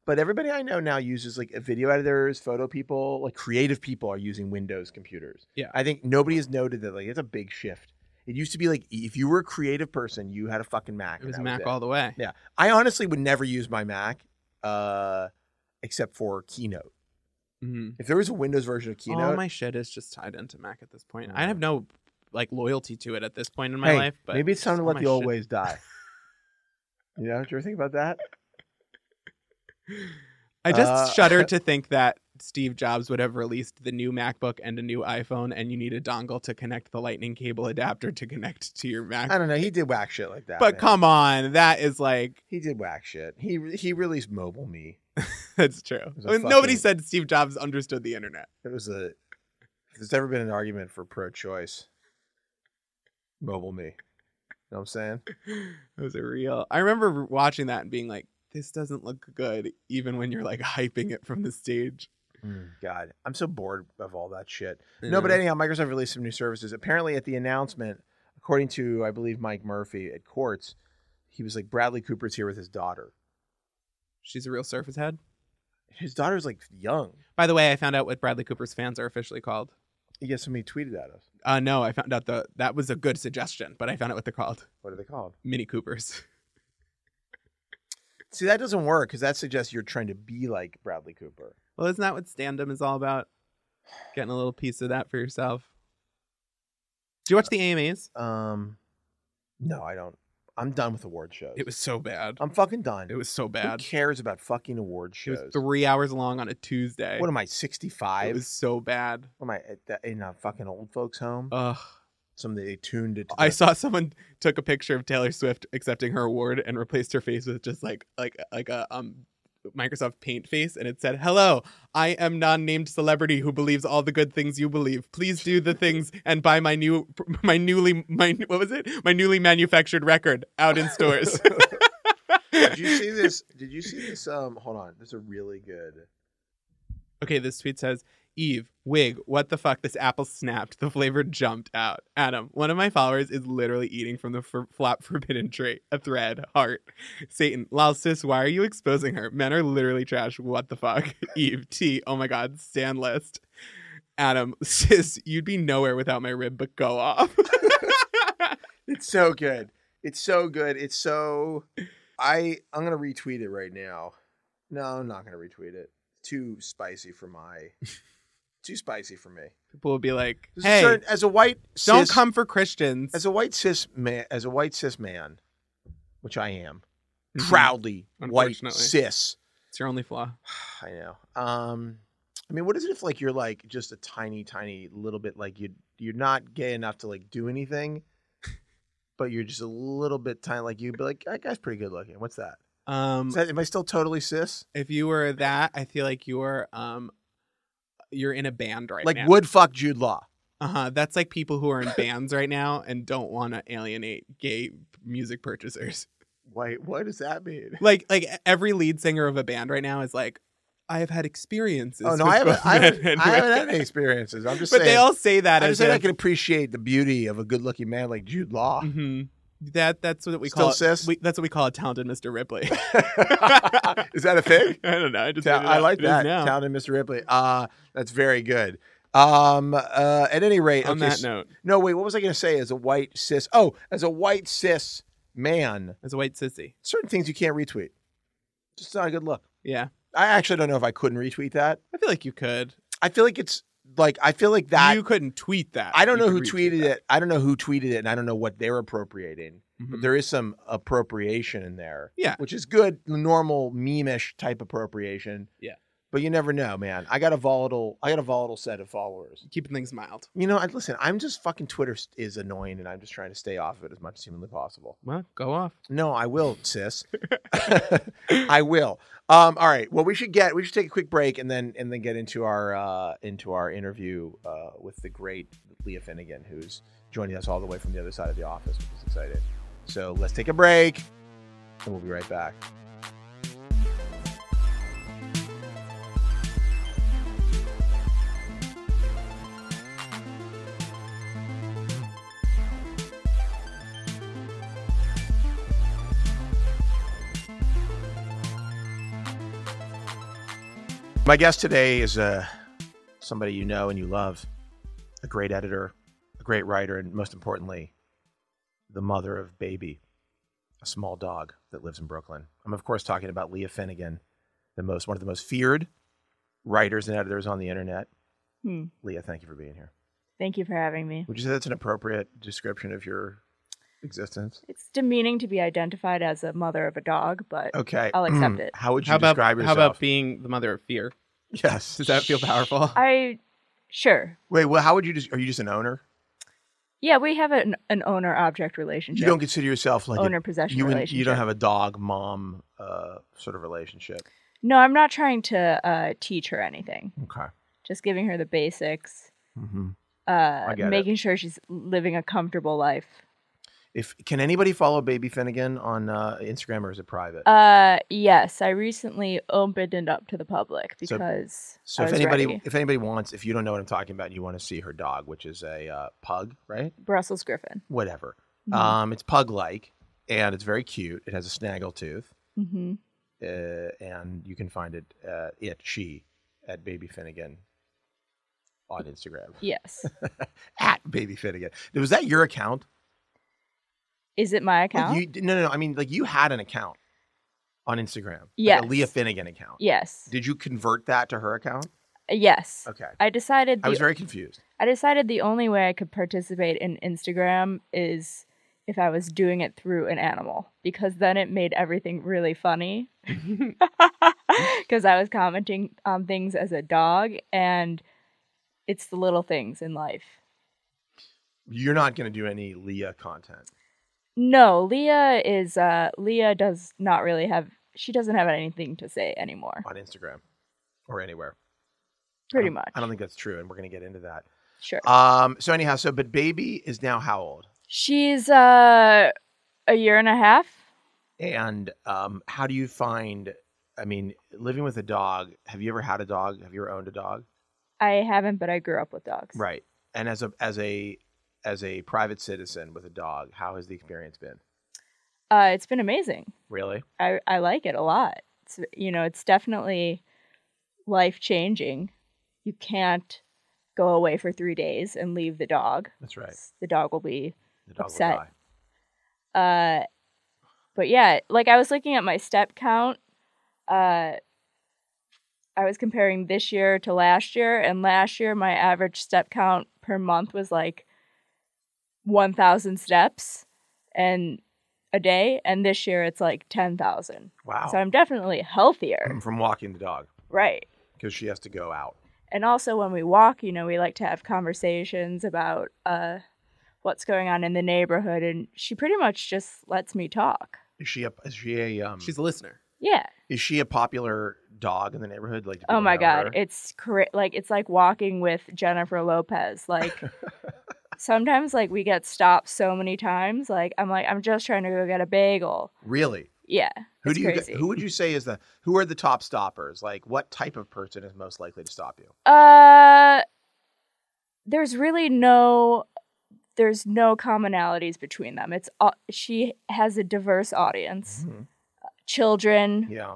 but everybody I know now uses like video editors, photo people, like creative people are using Windows computers. Yeah. I think nobody has noted that like it's a big shift. It used to be like if you were a creative person, you had a fucking Mac. It and was that Mac it. all the way. Yeah. I honestly would never use my Mac, uh, except for Keynote. hmm If there was a Windows version of Keynote, All my shit is just tied into Mac at this point. I have no like loyalty to it at this point in my Uh-huh. hey, life. But maybe it's time to all let my the old shit- ways die. you know, do you ever think about that? I just Uh, shudder to think that Steve Jobs would have released the new MacBook and a new iPhone, and you need a dongle to connect the Lightning cable adapter to connect to your I Mac. don't know. He did whack shit like that. But man. come on, that is like He did whack shit. He he released Mobile Me. that's true. was a I mean, Nobody fucking- said Steve Jobs understood the internet. It was a. If there's ever been an argument for pro-choice, Mobile Me. You know what I'm saying? It was a real. I remember watching that and being like, "This doesn't look good," even when you're like hyping it from the stage. God, I'm so bored of all that shit. No, but anyhow, Microsoft released some new services. Apparently, at the announcement, according to I believe Mike Murphy at Quartz, he was like Bradley Cooper's here with his daughter. she's a real Surface head. His daughter's like young. By the way, I found out what Bradley Cooper's fans are officially called. I guess somebody tweeted at us. Uh, no, I found out the that was a good suggestion, but I found out what they're called: What are they called? Mini Coopers. See, that doesn't work because that suggests you're trying to be like Bradley Cooper. Well, isn't that what stand-up is all about? Getting a little piece of that for yourself. Did you watch the AMAs? Um, no, I don't. I'm done with award shows. It was so bad. I'm fucking done. It was so Who bad. cares about fucking award It Oh, shows? was three hours long on a Tuesday. what am I, 65? it was so bad. What am I at that, in a fucking old folks' home? Ugh. Some they tuned it. To Oh. I the- saw someone took a picture of Taylor Swift accepting her award and replaced her face with just like like like a um Microsoft Paint face, and it said, "Hello, I am non-named celebrity who believes all the good things you believe. Please do the things and buy my new my newly my what was it my newly manufactured record out in stores." Did you see this? Did you see this? Um, hold on. This is a really good. Okay, this tweet says, Eve, wig, what the fuck? This apple snapped. The flavor jumped out. Adam, one of my followers is literally eating from the for- flop forbidden tree. A thread, heart. Satan, lol, sis, why are you exposing her? Men are literally trash. What the fuck? Eve, T, oh my god, stand list. Adam, sis, you'd be nowhere without my rib, but go off. It's so good. It's so good. It's so. I I'm gonna retweet it right now. No, I'm not gonna retweet it. Too spicy for my. too spicy for me. People will be like, There's a "Hey, certain- as a white don't cis, come for Christians." as a white cis man as a white cis man, which I am Mhm. proudly white Unfortunately. cis. It's your only flaw. I know. Um, I mean, what is it if like you're like just a tiny, tiny little bit like you you're not gay enough to like do anything, but you're just a little bit tiny. Like you'd be like, that guy's pretty good looking. What's that? Um, Is that am I still totally cis? if you were that, I feel like you're um, you're in a band right like now. would fuck Jude Law. Uh huh. That's like people who are in bands right now and don't want to alienate gay music purchasers. Wait, what does that mean? Like like every lead singer of a band right now is like, I have had experiences. Oh no, with I haven't, both I men and haven't, I haven't women." had any experiences. I'm just But saying. they all say that I as just said I if- can appreciate the beauty of a good-looking man like Jude Law. Mhm. That that's what we Still call cis? We, that's what we call a talented Mr. Ripley. Is that a thing? I don't know. I just Ta- made it I up. like It is that. now. Town and Mr. Ripley. Uh, that's very good. Um, uh, at any rate, On okay, that s- note, no, wait, what was I going to say? As a white cis, oh, as a white cis man, as a white sissy, certain things you can't retweet. Just not a good look. yeah, I actually don't know if I couldn't retweet that. I feel like you could. I feel like it's like I feel like that. you couldn't tweet that. I don't You know who could retweet tweeted that. it. I don't know who tweeted it, and I don't know what they're appropriating. But Mhm. there is some appropriation in there. Yeah. Which is good, normal meme-ish type appropriation. Yeah. But you never know, man. I got a volatile I got a volatile set of followers. Keeping things mild. You know, I listen, I'm just fucking Twitter is annoying and I'm just trying to stay off of it as much as humanly possible. Well, go off. No, I will, sis. I will. Um, all right. Well, we should get we should take a quick break and then and then get into our uh, into our interview uh, with the great Leah Finnegan, who's joining us all the way from the other side of the office, which is excited. So let's take a break, and we'll be right back. My guest today is uh, somebody you know and you love, a great editor, a great writer, and most importantly, the mother of Baby, a small dog that lives in Brooklyn. I'm, of course, talking about Leah Finnegan, the most one of the most feared writers and editors on the internet. Hmm. Leah, thank you for being here. Thank you for having me. Would you say that's an appropriate description of your existence? It's demeaning to be identified as a mother of a dog, but Okay, Hmm. I'll accept it. How would you How about describe how yourself? about being the mother of fear? yes? Does that feel powerful? I sure. Wait, well, how would you? Just, are you just an owner? Yeah, we have an, an owner object relationship. You don't consider yourself like a owner possession you and, relationship. you don't have a dog mom uh, sort of relationship. No, I'm not trying to uh, teach her anything. Okay. Just giving her the basics. Mm-hmm. Uh, get it. making sure she's living a comfortable life. If can anybody follow Baby Finnegan on uh, Instagram or is it private? Uh, yes, I recently opened it up to the public So- because so I if was anybody ready. if anybody wants, if you don't know what I'm talking about, and you want to see her dog, which is a uh, pug, right? Brussels Griffin. Whatever. Mm-hmm. Um, it's pug like, and it's very cute. It has a snaggle tooth, mm-hmm. uh, and you can find it uh, it she at Baby Finnegan on Instagram Yes. at Baby Finnegan. Was that your account? Is it my Like, account? you, no, no, no. I mean, like you had an account on Instagram. like Yes. a Leah Finnegan account. yes. Did you convert that to her account? yes. Okay. I decided Uh, I the was very confused. I decided the only way I could participate in Instagram is if I was doing it through an animal because then it made everything really funny. Because I was commenting on things as a dog, and it's the little things in life. You're not going to do any Leah content. No, Leah is, uh, Leah does not really have, she doesn't have anything to say anymore, on Instagram or anywhere. pretty I don't- much. I don't think that's true, and we're going to get into that. Sure. Um. So anyhow, so but baby is now how old? She's, uh, a year and a half. And um, how do you find? I mean, living with a dog. Have you ever had a dog? Have you ever owned a dog? I haven't, but I grew up with dogs. Right. And as a as a as a private citizen with a dog, how has the experience been? Uh, it's been amazing. Really? I, I like it a lot. It's, you know, it's definitely life changing. You can't go away for three days and leave the dog. That's right. The dog will be The dog Upset. will die. Uh, but yeah, like I was looking at my step count. Uh, I was comparing this year to last year, and last year my average step count per month was like 1,000 steps and a day, and this year it's like 10,000. Wow. Mm. So I'm definitely healthier, From walking the dog right? because she has to go out. And also when we walk, you know, we like to have conversations about uh, what's going on in the neighborhood, and she pretty much just lets me talk. Is she a is she a um She's a listener. Yeah. is she a popular dog in the neighborhood? Like do Oh people my know god, her? it's cra- like it's like walking with Jennifer Lopez. Like sometimes like we get stopped so many times. Like I'm like I'm just trying to go get a bagel. really. Yeah. Who it's do you crazy. who would you say is the who are the top stoppers? Like what type of person is most likely to stop you? Uh there's really no there's no commonalities between them. It's au- she has a diverse Mm-hmm. audience. Children, Yeah,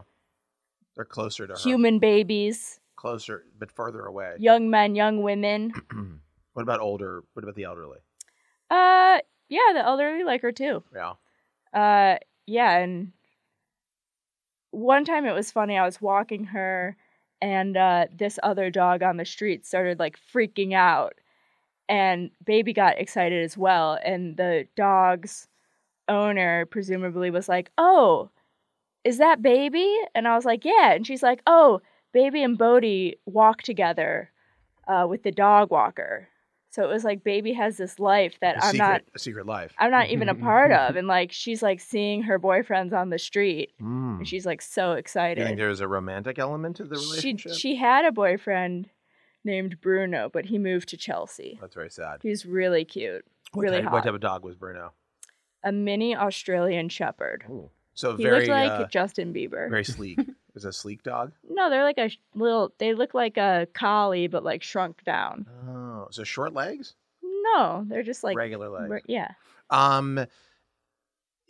they're closer to her, human babies, closer but further away. young men, young women. what about older? What about the elderly? Uh yeah, the elderly like her too. Yeah, Uh, yeah, and one time it was funny. I was walking her, and uh, this other dog on the street started like freaking out, and baby got excited as well. And the dog's owner presumably was like, "Oh, is that baby?" And I was like, "Yeah," and she's like, "Oh, baby and Bodie walk together uh, with the dog walker." So it was like baby has this life that a I'm secret, not a secret life. I'm not even a part of. And like she's like seeing her boyfriends on the street Mm. and she's like so Do you think excited. there is a romantic element to the She relationship? she had a boyfriend named Bruno, but he moved to Chelsea. That's very sad. He's really cute. What really type, hot. What type of dog was Bruno? A mini Australian shepherd. Ooh. So He very looked like uh, Justin Bieber. very sleek. It was a sleek dog. No, they're like a sh- little they look like a collie but like shrunk down. Oh, so short legs, No, they're just like regular legs. re- yeah. Um,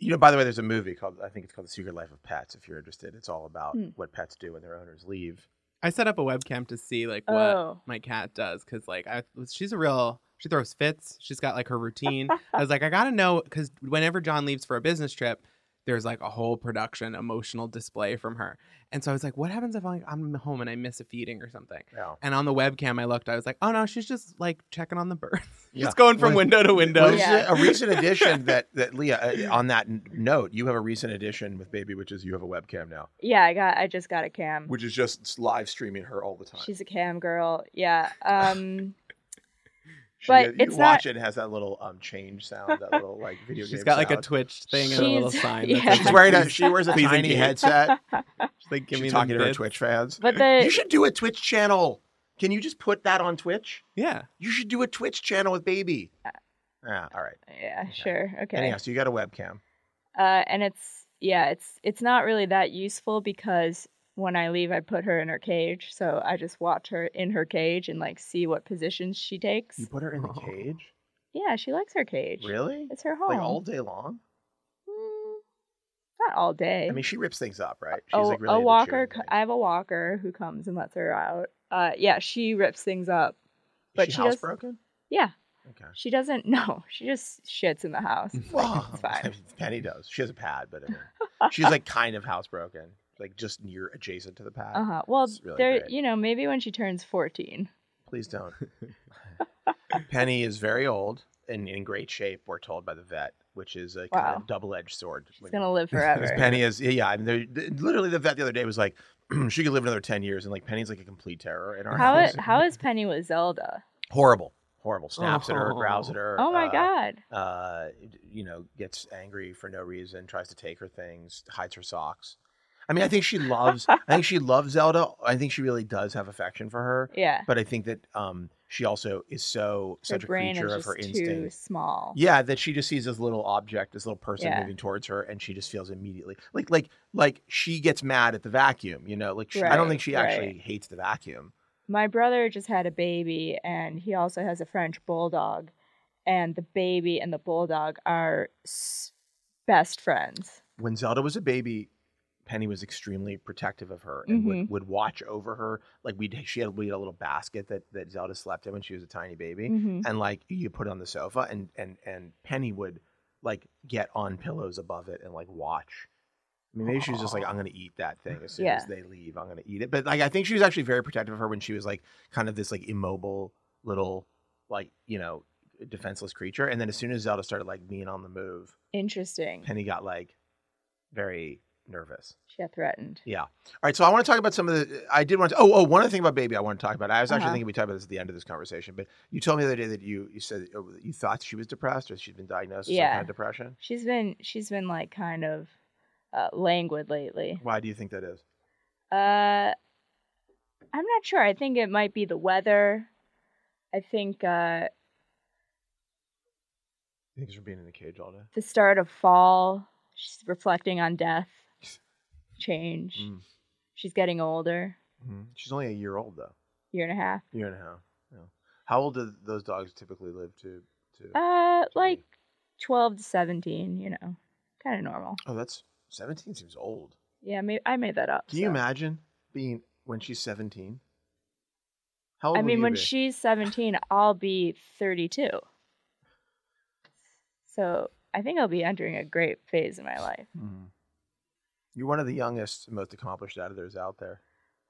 you know, by the way, there's a movie called I think it's called The Secret Life of Pets. If you're interested, it's all about Hmm. what pets do when their owners leave. I set up a webcam to see like what Oh. my cat does because like I she's a real she throws fits. She's got like her routine. I was like I gotta know because whenever John leaves for a business trip, there's like a whole production emotional display from her. And so I was like, what happens if like, I'm home and I miss a feeding or something? Yeah. And on the webcam I looked, I was like, oh no, she's just like checking on the birds. Yeah. Just going from Was- window to window. Well, this is Yeah. a recent addition that that Leah. Uh, on that n- note, you have a recent addition with Baby, which is you have a webcam now, Yeah, I got I just got a cam. which is just live streaming her all the time. Mm-hmm. She's a cam girl. Yeah. Um She but get- you it's watch it, it has that little um change sound, that little like video She's game got like a sound. Twitch thing and a little She's- sign. yeah. that's She's like, wearing a please- she wears a please tiny engage. headset. Like, give She's me the talking to her bits. Twitch fans. But the you should do a Twitch channel. Can you just put that on Twitch? Yeah. You should do a Twitch channel with Baby. Ah, all right. yeah, sure, okay. Anyhow, so you got a webcam. Uh, and it's yeah, it's it's not really that useful because when I leave, I put her in her cage, so I just watch her in her cage and like see what positions she takes. You put her in the Oh. cage? Yeah, she likes her cage. Really? It's her home. Like all day long? Mm, not all day. I mean, she rips things up, right? She's oh, like really a into walker. chewing co- things. I have a walker who comes and lets her out. Uh, yeah, she rips things up. but Is she, she does- housebroken? Yeah, Okay. she doesn't. No, she just shits in the house. It's like, Well, it's fine. Penny does. She has a pad, but I mean, she's like kind of housebroken, like just near adjacent to the pad. Uh huh. Well, It's really there. great. You know, maybe when she turns fourteen. Please don't. Penny is very old and in great shape, we're told by the vet, which is a kind Wow. of double edged sword. She's Like, gonna live Because forever. Penny is, yeah, yeah. I mean, they're- th- literally, the vet the other day was like, she could live another 10 years. And like, Penny's like a complete terror in our How house. it, how is Penny with Zelda? Horrible, horrible. Snaps at her, Oh. growls at her. Oh my uh, god. Uh, you know, gets angry for no reason, tries to take her things, hides her socks. I mean, I think she loves, I think she loves Zelda. I think she really does have affection for her. Yeah. But I think that um, she also is so, Her such a brain creature is of just her too instincts. small. Yeah, that she just sees this little object, this little person Yeah. moving towards her, and she just feels immediately like like like she gets mad at the vacuum. You know, like she, I don't Right, think she actually right. hates the vacuum. My brother just had a baby and he also has a French bulldog and the baby and the bulldog are s- best friends. When Zelda was a baby, Penny was extremely protective of her and Mm-hmm. would, would watch over her. Like we, would she had we had a little basket that that Zelda slept in when she was a tiny baby, Mhm. and like you put it on the sofa, and and and Penny would like get on pillows above it and like watch. I mean, maybe she was just like, Aw. I'm gonna eat that thing as soon Yeah. as they leave. I'm gonna eat it. But like, I think she was actually very protective of her when she was like kind of this like immobile little like you know defenseless creature. And then as soon as Zelda started like being on the move, Interesting. Penny got like very nervous. She got threatened. All right, so I want to talk about some of the. I did want to. Oh, oh, one other thing about baby I want to talk about. I was actually Uh-huh. thinking we talked about this at the end of this conversation, but you told me the other day that you you said oh, that you thought she was depressed or she'd been diagnosed with some Yeah. kind of depression. She's been she's been like kind of uh, languid lately. Why do you think that is? Uh, I'm not sure. I think it might be the weather. I think uh, You think it's from being in the cage all day? the start of fall. She's reflecting on death, change. Mm. She's getting older, hmm She's only a year old though, year and a half. year and a half. Yeah. How old do those dogs typically live to? to... Uh, like 12 to 17, you know, kind of normal. oh, that's seventeen. Seems old. Yeah, may- I made that up. Can you so. imagine being when she's seventeen? How old? I will mean, you when be? she's 17, I'll be 32. So I think I'll be entering a great phase in my life. Mhm. You're one of the youngest, and most accomplished editors out there.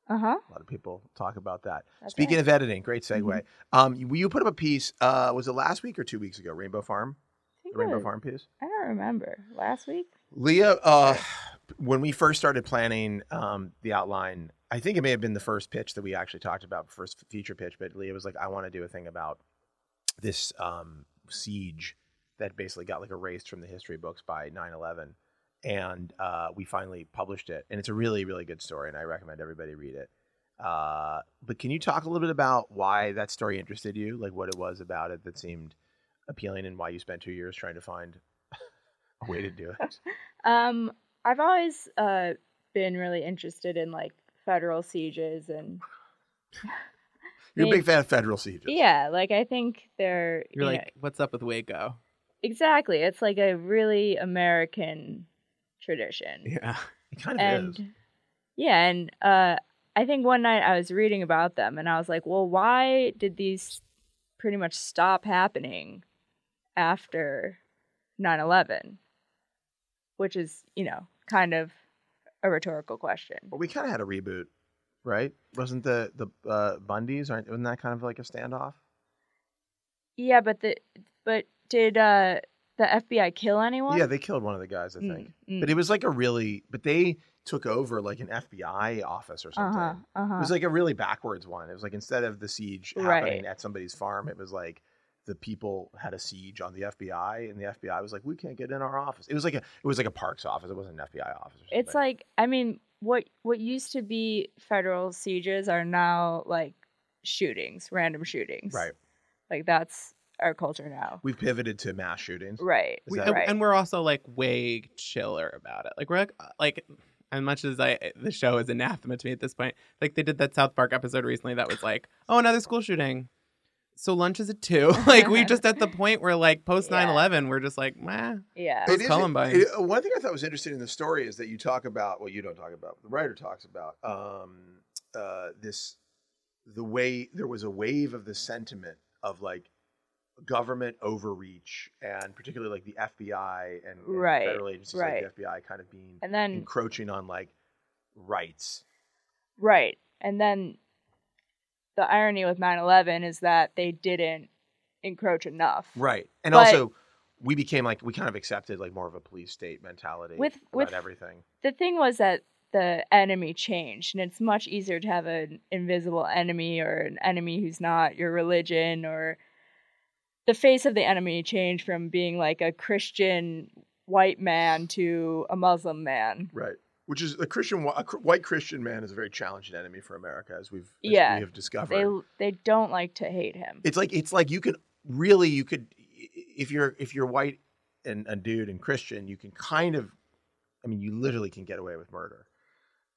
Uh huh. A lot of people talk about that. That's Speaking right. Mm-hmm. of editing, great segue. Um, you, you put up a piece. Uh, was it last week or two weeks ago? Rainbow Farm, I, think the Rainbow it was- Farm piece. I don't remember. Last week? Leah, uh, when we first started planning um, the outline, I think it may have been the first pitch that we actually talked about, first feature pitch. But Leah was like, "I want to do a thing about this um, siege that basically got like erased from the history books by 9/11." And uh, we finally published it, and it's a really, really good story, and I recommend everybody read it. Uh, but can you talk a little bit about why that story interested you, like what it was about it that seemed appealing, and why you spent two years trying to find a way to do it? Um, I've always uh, been really interested in like federal sieges and You're a They- big fan of federal sieges. yeah, like I think they're You're you know- like, what's up with Waco? exactly. It's like a really American tradition. Yeah. It kind of and is. yeah and uh i think one night i was reading about them and i was like well why did these pretty much stop happening after 9-11 which is you know kind of a rhetorical question Well, we kind of had a reboot, right? Wasn't the the uh, Bundys? Aren't wasn't that kind of like a standoff? yeah but the but did uh the fbi kill anyone Yeah, they killed one of the guys, I think. Mm, But it was like a really, but they took over like an FBI office or something. uh-huh uh-huh It was like a really backwards one. It was like instead of the siege happening Right. at somebody's farm, it was like the people had a siege on the FBI, and the FBI was like, "We can't get in our office." It was like a it was like a Parks office. It wasn't an FBI office. Or It's something. like I mean, what what used to be federal sieges are now like shootings, random shootings. right. Like that's our culture now. We've pivoted to mass shootings. Right. Is We, that- and, right. and we're also like way chiller about it. Like we're like, uh, like as much as I the show is anathema to me at this point. Like they did that South Park episode recently that was like, oh, another school shooting. So lunch is at two. like we just at the point where like post Yeah. 9-11, we're just like, meh. yeah. Those It is- Columbines. it- one thing I thought was interesting in the story is that you talk about well, you don't talk about, but the writer talks about um, uh, this the way there was a wave of the sentiment of like government overreach and particularly like the FBI and, and Right, federal agencies right. like the FBI kind of being And then encroaching on like rights. right. And then the irony with 9/11 is that they didn't encroach enough. Right. And But- also we became like we kind of accepted like more of a police state mentality With- about with- everything. The thing was that the enemy changed and it's much easier to have an invisible enemy or an enemy who's not your religion or the face of the enemy changed from being like a Christian white man to a Muslim man. Right. Which is a Christian, a cr- white Christian man is a very challenging enemy for America, as we've as Yeah. we have discovered. They they don't like to hate him. it's like it's like you could really you could if you're if you're white and a dude and Christian, you can kind of, I mean, you literally can get away with murder.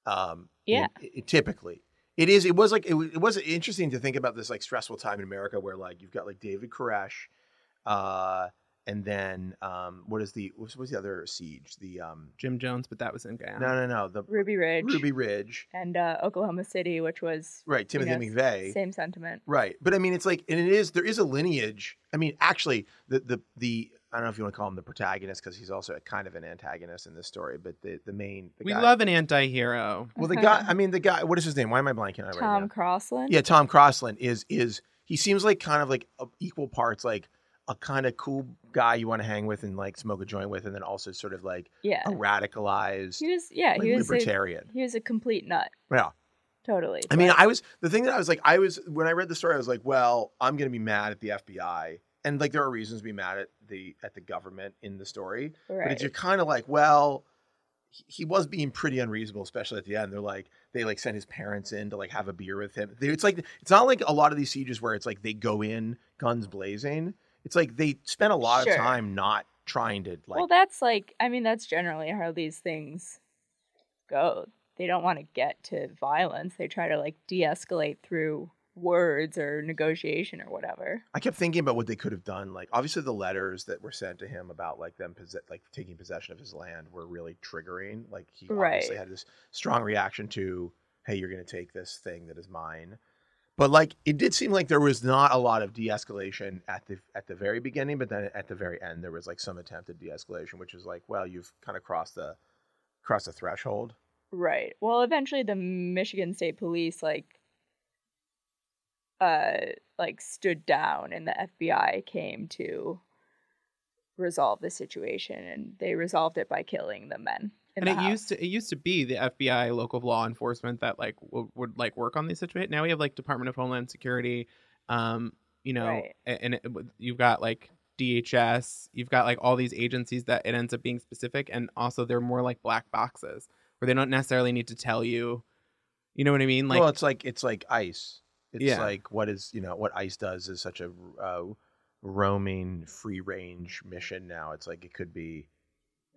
Um, Yeah. in- i- typically, it is. It was like it was, it was interesting to think about this like stressful time in America where like you've got like David Koresh, uh, and then um, what is the what was the other siege? The um, Jim Jones, but that was in Guyana. no no no the Ruby Ridge Ruby Ridge. and uh, Oklahoma City, which was Right, you Timothy know, McVeigh. same sentiment. Right, but I mean, it's like, and it is there is a lineage. I mean, actually, the the the I don't know if you want to call him the protagonist because he's also a kind of an antagonist in this story, but the the main the we guy, love an anti-hero. well the guy I mean the guy what is his name why am I blanking on it right now Tom Crossland. yeah Tom Crossland is is he seems like kind of like a, equal parts like a kind of cool guy you want to hang with and like smoke a joint with and then also sort of like Yeah. a radicalized He was yeah, Oh. like, he was a, libertarian he was a complete nut. yeah Totally. I mean, but- I was the thing that I was like, I was when I read the story, I was like, well, I'm gonna be mad at the FBI, and like there are reasons to be mad at the at the government in the story, but right. it's, you're kind of like, well, he- he was being pretty unreasonable, especially at the end. They're like, they like sent his parents in to like have a beer with him. They- It's like it's not like a lot of these sieges where it's like they go in guns blazing. It's like they spent a lot Sure. of time not trying to like. well, that's like I mean, that's generally how these things go. They don't want to get to violence. They try to like de-escalate through words or negotiation or whatever. I kept thinking about what they could have done. Like, obviously, the letters that were sent to him about like them possess- like taking possession of his land were really triggering. Like, he obviously Right. had this strong reaction to, "Hey, you're going to take this thing that is mine." But like, it did seem like there was not a lot of de-escalation at the at the very beginning, but then at the very end, there was like some attempt at de-escalation, which is like, well, you've kind of crossed the crossed the threshold. Right. Well, eventually the Michigan State Police like uh like stood down and the FBI came to resolve the situation and they resolved it by killing the men. and In the it house. used to it used to be the FBI, local law enforcement that like w- would like work on these situations. Now we have like Department of Homeland Security, um, you know, Right. a- and it, you've got like DHS, you've got like all these agencies that it ends up being specific, and also they're more like black boxes where they don't necessarily need to tell you, you know what I mean? Like well, it's like it's like ICE. It's Yeah. like what is you know what ICE does is such a uh, roaming, free range mission now. It's like it could be,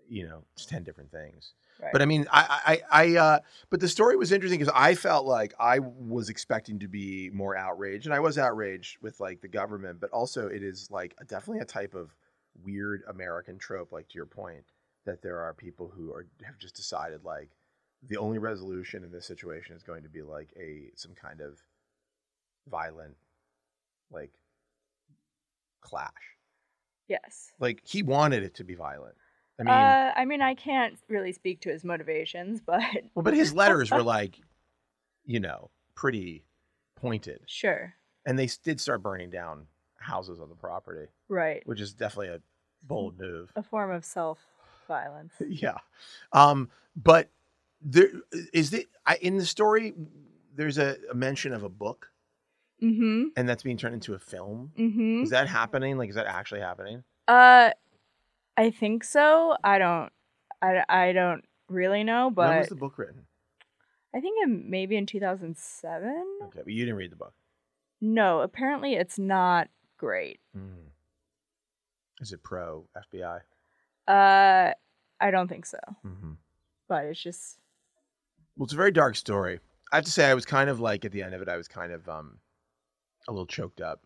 you know, it's ten different things. Right. But I mean, I I I I, uh, but the story was interesting because I felt like I was expecting to be more outraged, and I was outraged with like the government, but also it is like definitely a type of weird American trope, like to your point, that there are people who are have just decided like the only resolution in this situation is going to be like a some kind of violent like clash. yes. Like he wanted it to be violent. I mean, uh, I mean, I can't really speak to his motivations, but well, but his letters were like, you know, pretty pointed, sure, and they did start burning down houses on the property, right, which is definitely a Mm. bold move. a form of self-violence. yeah um but there is the I, in the story there's a, a mention of a book Mm-hmm. and that's being turned into a film Mm-hmm. is that happening like is that actually happening Uh, I think so. I don't. I, I don't really know, when was but the book written I think in, maybe in two thousand seven. okay but you didn't read the book No, apparently it's not great. is it pro fbi Uh, I don't think so, mm-hmm. but it's just well it's a very dark story i have to say i was kind of like at the end of it i was kind of um a little choked up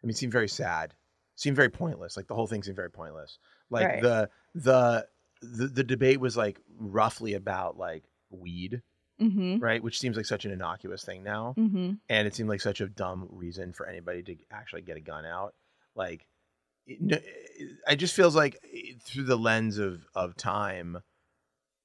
i mean it seemed very sad seemed very pointless like the whole thing seemed very pointless like Right. the the the, the debate was like roughly about like weed mm-hmm. right? Which seems like such an innocuous thing now. Mm-hmm. And it seemed like such a dumb reason for anybody to actually get a gun out. Like, it, no- I just feels like it- through the lens of, of time,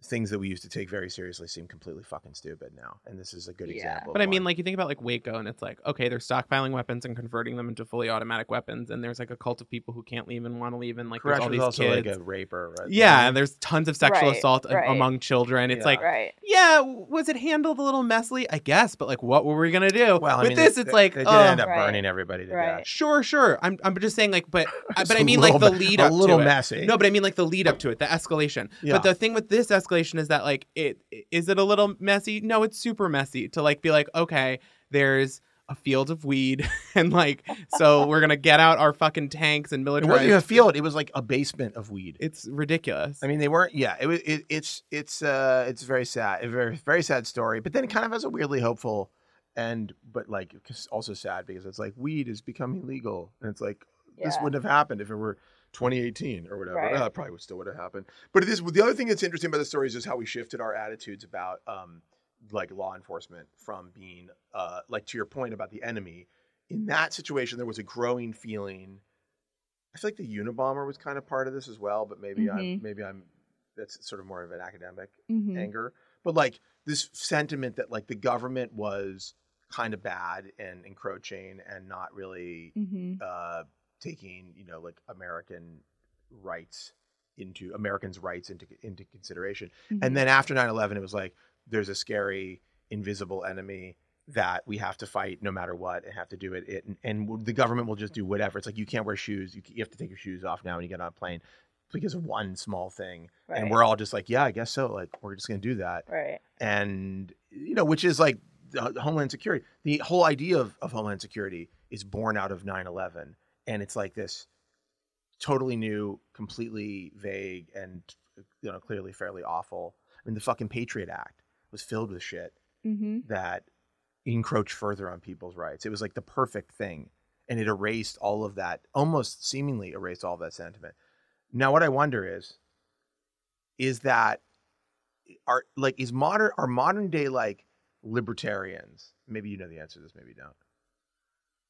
things that we used to take very seriously seem completely fucking stupid now. And this is a good Yeah. example. of But I mean, one. like you think about like Waco, and it's like okay, they're stockpiling weapons and converting them into fully automatic weapons, and there's like a cult of people who can't leave and want to leave, and like Koresh was there's all these also kids. like a raper. Right? yeah, and there's tons of sexual Mm-hmm. Right, assault a- right. among children. It's Yeah. like, Right. yeah, w- was it handled a little messily? I guess, but like, what were we gonna do? Well, I with mean, this, they- it's they- like, they did oh, end up Right. burning everybody to Right. death. sure, sure. I'm, I'm just saying, like, but, I- It's but a I mean, like the little bit- lead a up little to it. messy. No, but I mean, like the lead up to it, the escalation. Yeah. But the thing with this escalation is that, like, it is it a little messy? No, it's super messy. To like be like, okay, there's a field of weed, and like, so we're gonna get out our fucking tanks and It wasn't military. even a field. It was like a basement of weed. It's ridiculous. I mean, they weren't. Yeah, it was. It, it's it's uh it's very sad, a very very sad story. But then it kind of has a weirdly hopeful end, but like it's also sad because it's like weed is becoming legal, and it's like this Yeah. wouldn't have happened if it were 2018 or whatever. Right. Uh, probably would still would have happened. But it is the other thing that's interesting about the story is just how we shifted our attitudes about um like law enforcement from being uh like to your point about the enemy. In that situation, there was a growing feeling I feel like the Unabomber was kind of part of this as well, but maybe I'm Mhm. maybe I'm that's sort of more of an academic Mhm. anger. But like this sentiment that like the government was kind of bad and encroaching and not really Mhm. uh, taking you know like American rights into Americans' rights into into consideration. Mhm. And then after 9/11 it was like there's a scary invisible enemy that we have to fight no matter what and have to do it, it and, and the government will just do whatever. It's like you can't wear shoes. You, c- you have to take your shoes off now when you get on a plane because of one small thing. right. And we're all just like, yeah, I guess so. Like we're just going to do that. right. And you know, which is like the Homeland Security. The whole idea of, of Homeland Security is born out of 9/11 and it's like this totally new, completely vague, and you know clearly fairly awful. I mean, the fucking Patriot Act was filled with shit Mm-hmm. that encroached further on people's rights. It was like the perfect thing, and it erased all of that, almost seemingly erased all of that sentiment. Now, what I wonder is, is that are like is modern are modern day like libertarians? Maybe you know the answer to this, maybe you don't.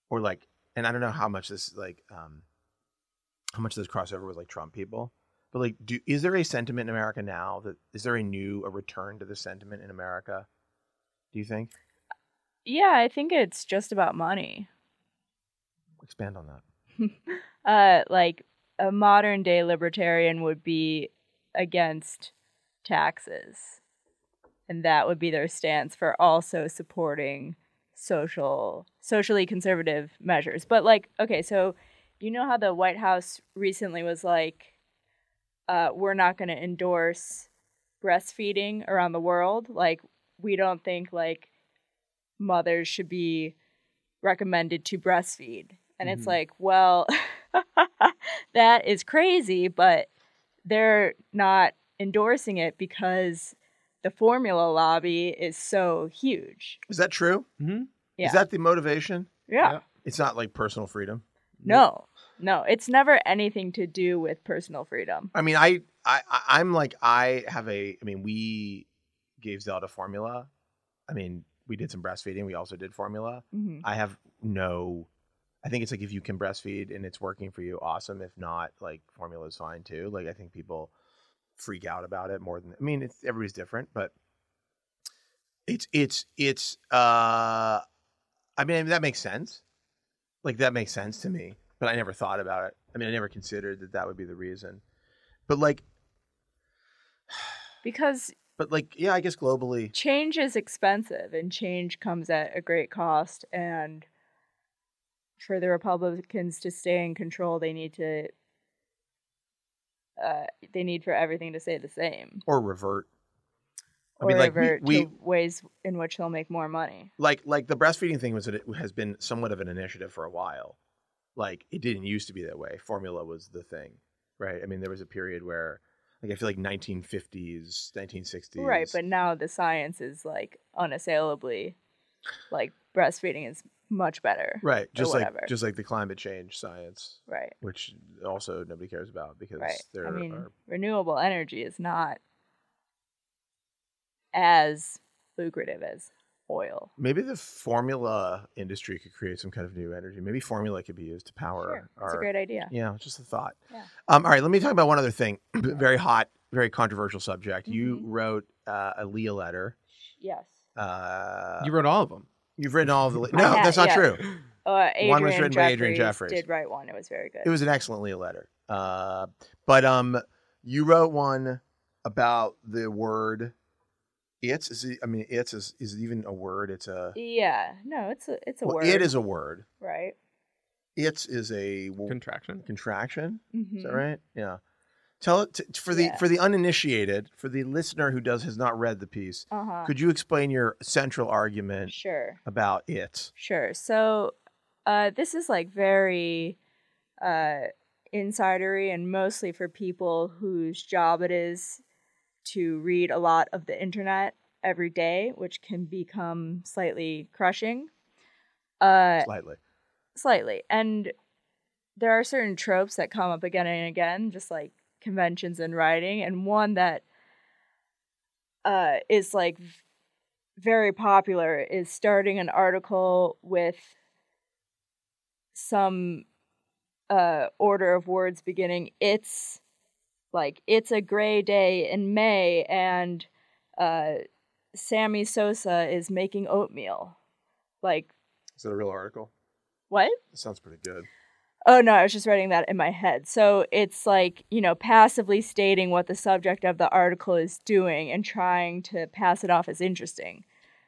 Or like, and I don't know how much this like um how much this crossover with like Trump people. But like, do is there a sentiment in America now that is there a new a return to the sentiment in America? Do you think? Yeah, I think it's just about money. Expand on that. Uh, like a modern day libertarian would be against taxes, and that would be their stance for also supporting social, socially conservative measures. But like, okay, so you know how the White House recently was like, uh, "We're not going to endorse breastfeeding around the world. Like, we don't think like mothers should be recommended to breastfeed." And it's Mhm. like, well, that is crazy, but they're not endorsing it because the formula lobby is so huge. Is that true? Mm-hmm. Yeah. Is that the motivation? Yeah. Yeah. It's not like personal freedom. No. No, it's never anything to do with personal freedom. I mean, I, I, I- I'm like, I have a. I mean, we gave Zelda formula. I mean, we did some breastfeeding. We also did formula. Mhm. I have no. I think it's like if you can breastfeed and it's working for you, awesome. If not, like formula is fine too. Like I think people freak out about it more than I mean, it's everybody's different, but it's it's it's uh I mean that makes sense. Like that makes sense to me, but I never thought about it. I mean, I never considered that that would be the reason. But like Because but like yeah, I guess globally change is expensive and change comes at a great cost and for the Republicans to stay in control, they need to uh, they need for everything to stay the same. or revert. I or mean, like, we- revert we- to ways in which he'll make more money. like like the breastfeeding thing was it has been somewhat of an initiative for a while. Like it didn't used to be that way. Formula was the thing, right? I mean, there was a period where, like, I feel like 1950s, 1960s, Right, but now the science is like unassailably like breastfeeding is much better. right, just like whatever. just like the climate change science, Right. which also nobody cares about because Right. there I mean, are renewable energy is not as lucrative as oil. maybe the formula industry could create some kind of new energy. Maybe formula could be used to power sure. That's a our great idea. Yeah, it's just a thought. Yeah. Um, all right, let me talk about one other thing. very hot, very controversial subject. You Mhm. wrote uh, a Leah letter. Yes. Uh, you wrote all of them. you have written all of the. Le- I no, ha- that's not yeah. true. Uh, Adrian One was written by Adrian Jeffries. did write one. It was very good. It was an excellent Leah letter. Uh, but um, you wrote one about the word "it's." Is it, I mean, "it's" is, is it even a word? It's a. yeah. No, it's a it's a well, word. It is a word. right. "It's" is a w- Contraction. contraction. Is that Mhm. right? Yeah. Tell it t- for the Yeah. for the uninitiated, for the listener who does has not read the piece. Uh-huh. Could you explain your central argument Sure. about it? Sure. So uh, this is like very uh, insidery and mostly for people whose job it is to read a lot of the internet every day, which can become slightly crushing. Uh, Slightly. slightly. And there are certain tropes that come up again and again, just like conventions in writing, and one that uh, is like v- very popular is starting an article with some uh, order of words beginning it's like it's a gray day in May and uh, Sammy Sosa is making oatmeal. Like Is that a real article? what? It sounds pretty good. Oh no, I was just writing that in my head. So it's like, you know, passively stating what the subject of the article is doing and trying to pass it off as interesting.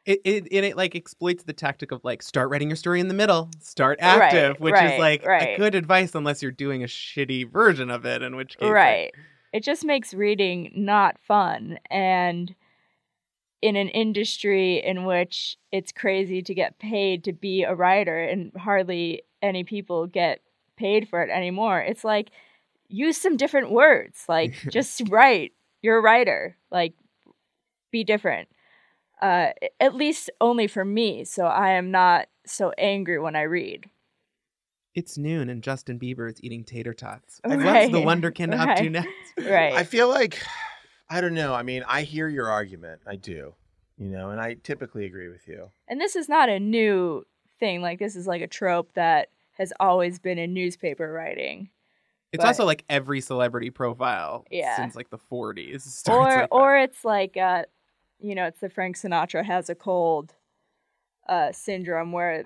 It, it, it, it, like exploits the tactic of like start writing your story in the middle, start active, which right, is like right. a good advice unless you're doing a shitty version of it, in which case like, Right. It just makes reading not fun and in an industry in which it's crazy to get paid to be a writer and hardly any people get paid for it anymore. It's like use some different words. Like just write. You're a writer. Like be different. Uh, at least only for me, so I am not so angry when I read. it's noon and Justin Bieber is eating tater tots. I What's Right. the wonderkin up to Right. next? Right. I feel like I don't know. I mean, I hear your argument. I do. You know, and I typically agree with you. And this is not a new thing. Like this is like a trope that has always been in newspaper writing. It's But- also like every celebrity profile Yeah. since like the 40s. Or starts like that. or it's like uh you know, it's the Frank Sinatra has a cold uh syndrome where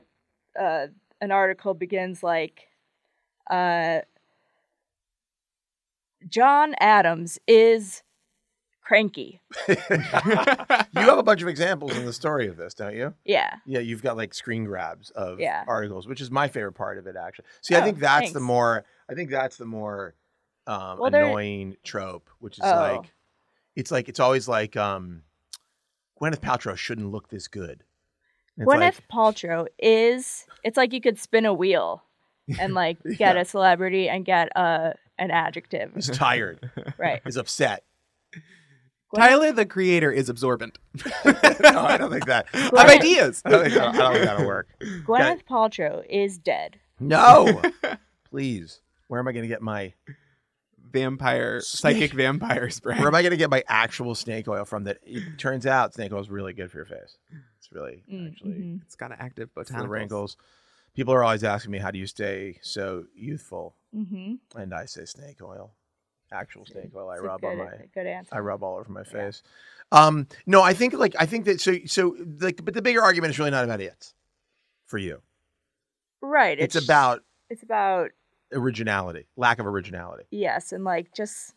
uh an article begins like uh John Adams is cranky. You have a bunch of examples in the story of this, don't you? Yeah. Yeah, you've got like screen grabs of Yeah. articles, which is my favorite part of it actually. See, I Oh, think that's the thanks. more I think that's the more um, Well, there- annoying trope, which is Oh. like it's like it's always like um Gwyneth Paltrow shouldn't look this good. And it's Gwyneth like, Paltrow is it's like you could spin a wheel and like get Yeah. a celebrity and get a an adjective. is tired, Right. is upset. Tyler the creator is absorbent no, I don't think that. I of don't- ideas. I don't think that'll, I don't think that'll work. Gwyneth Paltrow is dead. No, please. Where am I going to get my Vampire, psychic vampire spray. Where am I going to get my actual snake oil from? That it turns out snake oil is really good for your face. It's really Mm, actually mhm. It's got an active it's for the botanical. wrinkles. People are always asking me how do you stay so youthful, Mhm. and I say snake oil, actual snake oil. I It's a rub good, on my a good answer. I rub all over my Yeah. face. Um, no, I think like I think that so so like but the bigger argument is really not about it for you. right. It's about it's about originality, lack of originality. yes, and like just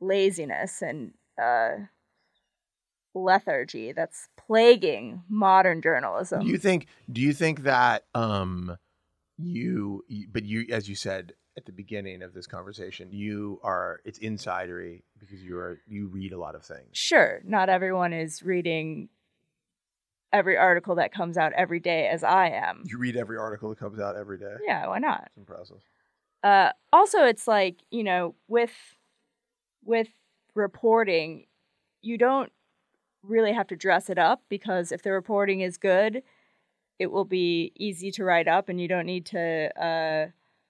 laziness and uh lethargy that's plaguing modern journalism. Do you think? Do you think that um, you, you- But you, as you said at the beginning of this conversation, you are. It's insidery because you are. You read a lot of things. sure, not everyone is reading every article that comes out every day as I am. You read every article that comes out every day. Yeah, why not? It's impressive. uh, also it's like you know with with reporting you don't really have to dress it up because if the reporting is good it will be easy to write up and you don't need to uh,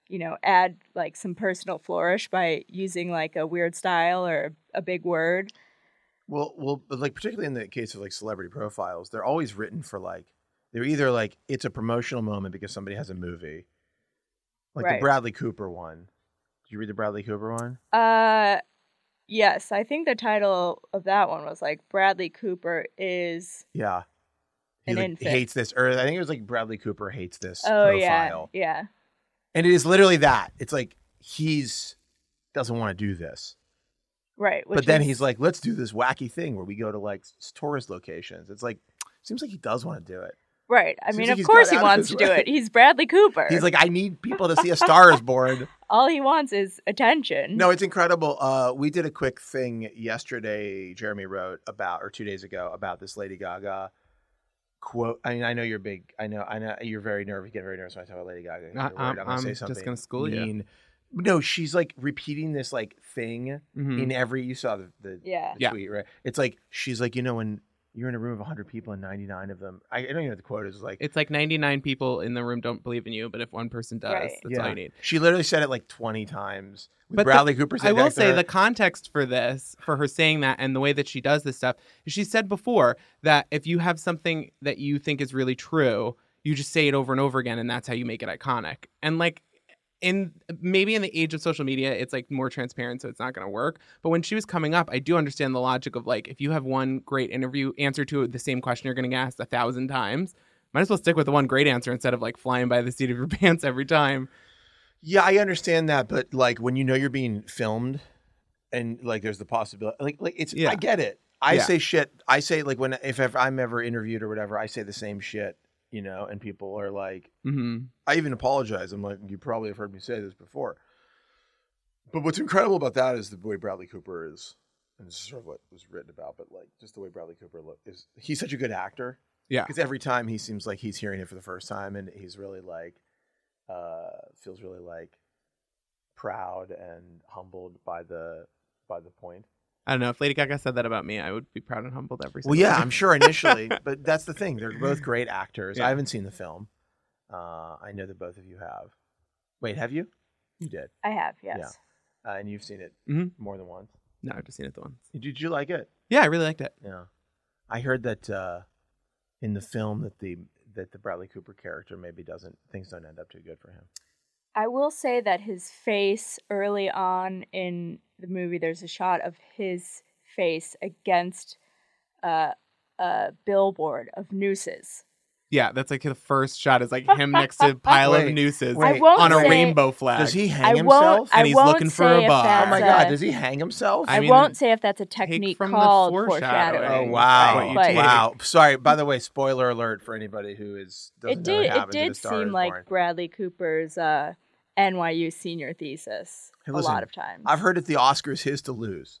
you know add like some personal flourish by using like a weird style or a big word Well, well, but like particularly in the case of like celebrity profiles, they're always written for like they're either like it's a promotional moment because somebody has a movie, like the Right. Bradley Cooper one. Did you read the Bradley Cooper one? uh yes i think the title of that one was like bradley cooper is Yeah. He An like, infant. hates this, or I think it was like Bradley Cooper hates this oh profile. yeah yeah And it is literally that. It's like he's doesn't want to do this. right which but then is- he's like, let's do this wacky thing where we go to like s- tourist locations. It's like seems like he does want to do it. Right. I Seems mean, like of he's course gone he out of wants to his do way. it. He's Bradley Cooper. He's like, I need people to see a star is born. all he wants is attention. No, it's incredible. Uh, we did a quick thing yesterday. Jeremy wrote about, or two days ago, about this Lady Gaga quote. I mean, I know you're big. I know. I know you're very nervous. Get very nervous when I talk about Lady Gaga. I- You're worried I'm- gonna I'm say just something gonna school you. mean. No, she's like repeating this like thing Mhm. in every. You saw the, the Yeah. the Yeah. tweet, right? It's like she's like, you know, when you're in a room of 100 people and 99 of them, I, I don't even know what the quote is. Like, It's like 99 people in the room don't believe in you, but if one person does, Right. that's all Yeah. you need. she literally said it like 20 times. With But the- Bradley Cooper I sitting will next to say her. the context for this, for her saying that and the way that she does this stuff, is she said before that if you have something that you think is really true, you just say it over and over again, and that's how you make it iconic. And like, in maybe in the age of social media, it's like more transparent, so it's not going to work. But when she was coming up, I do understand the logic of like if you have one great interview answer to the same question you're going to get asked a thousand times, might as well stick with the one great answer instead of like flying by the seat of your pants every time. Yeah, I understand that, but like when you know you're being filmed, and like there's the possibility, like like it's Yeah. I get it. I Yeah. say shit. I say like when if ever I'm ever interviewed or whatever, I say the same shit, you know, and people are like, Mm-hmm. I even apologize. I'm like, you probably have heard me say this before. But what's incredible about that is the way Bradley Cooper is, and this is sort of what was written about, but like just the way Bradley Cooper look is he's such a good actor. Yeah. Because every time he seems like he's hearing it for the first time and he's really like uh feels really like proud and humbled by the by the point. I don't know if Lady Gaga said that about me, I would be proud and humbled every. Well, single yeah, time. I'm sure initially, but that's the thing. They're both great actors. Yeah. I haven't seen the film. Uh, I know that both of you have. Wait, have you? You did, I have, yes. Yeah. uh, and you've seen it Mhm. more than once. No, I've just seen it the once. Did you like it? Yeah, I really liked it. Yeah, I heard that uh, in the film that the that the Bradley Cooper character maybe doesn't things don't end up too good for him. I will say that his face early on in the movie, there's a shot of his face against uh, a billboard of nooses. Yeah, that's like the first shot is like him next to a pile Wait, of nooses wait. I won't on a say, rainbow flag. Does he hang I himself? won't. I And he's won't looking say for a if bob. oh that's my a- god, does he hang himself? I I, mean, won't say if that's a take technique from the called foreshadowing. foreshadowing. Oh wow! Right. But- Wow! Sorry. By the way, spoiler alert for anybody who is doesn't it know what did. It happened to the did Star seem is like Born. Bradley Cooper's uh, NYU senior thesis Hey, a listen, lot of times. I've heard that the Oscars his to lose.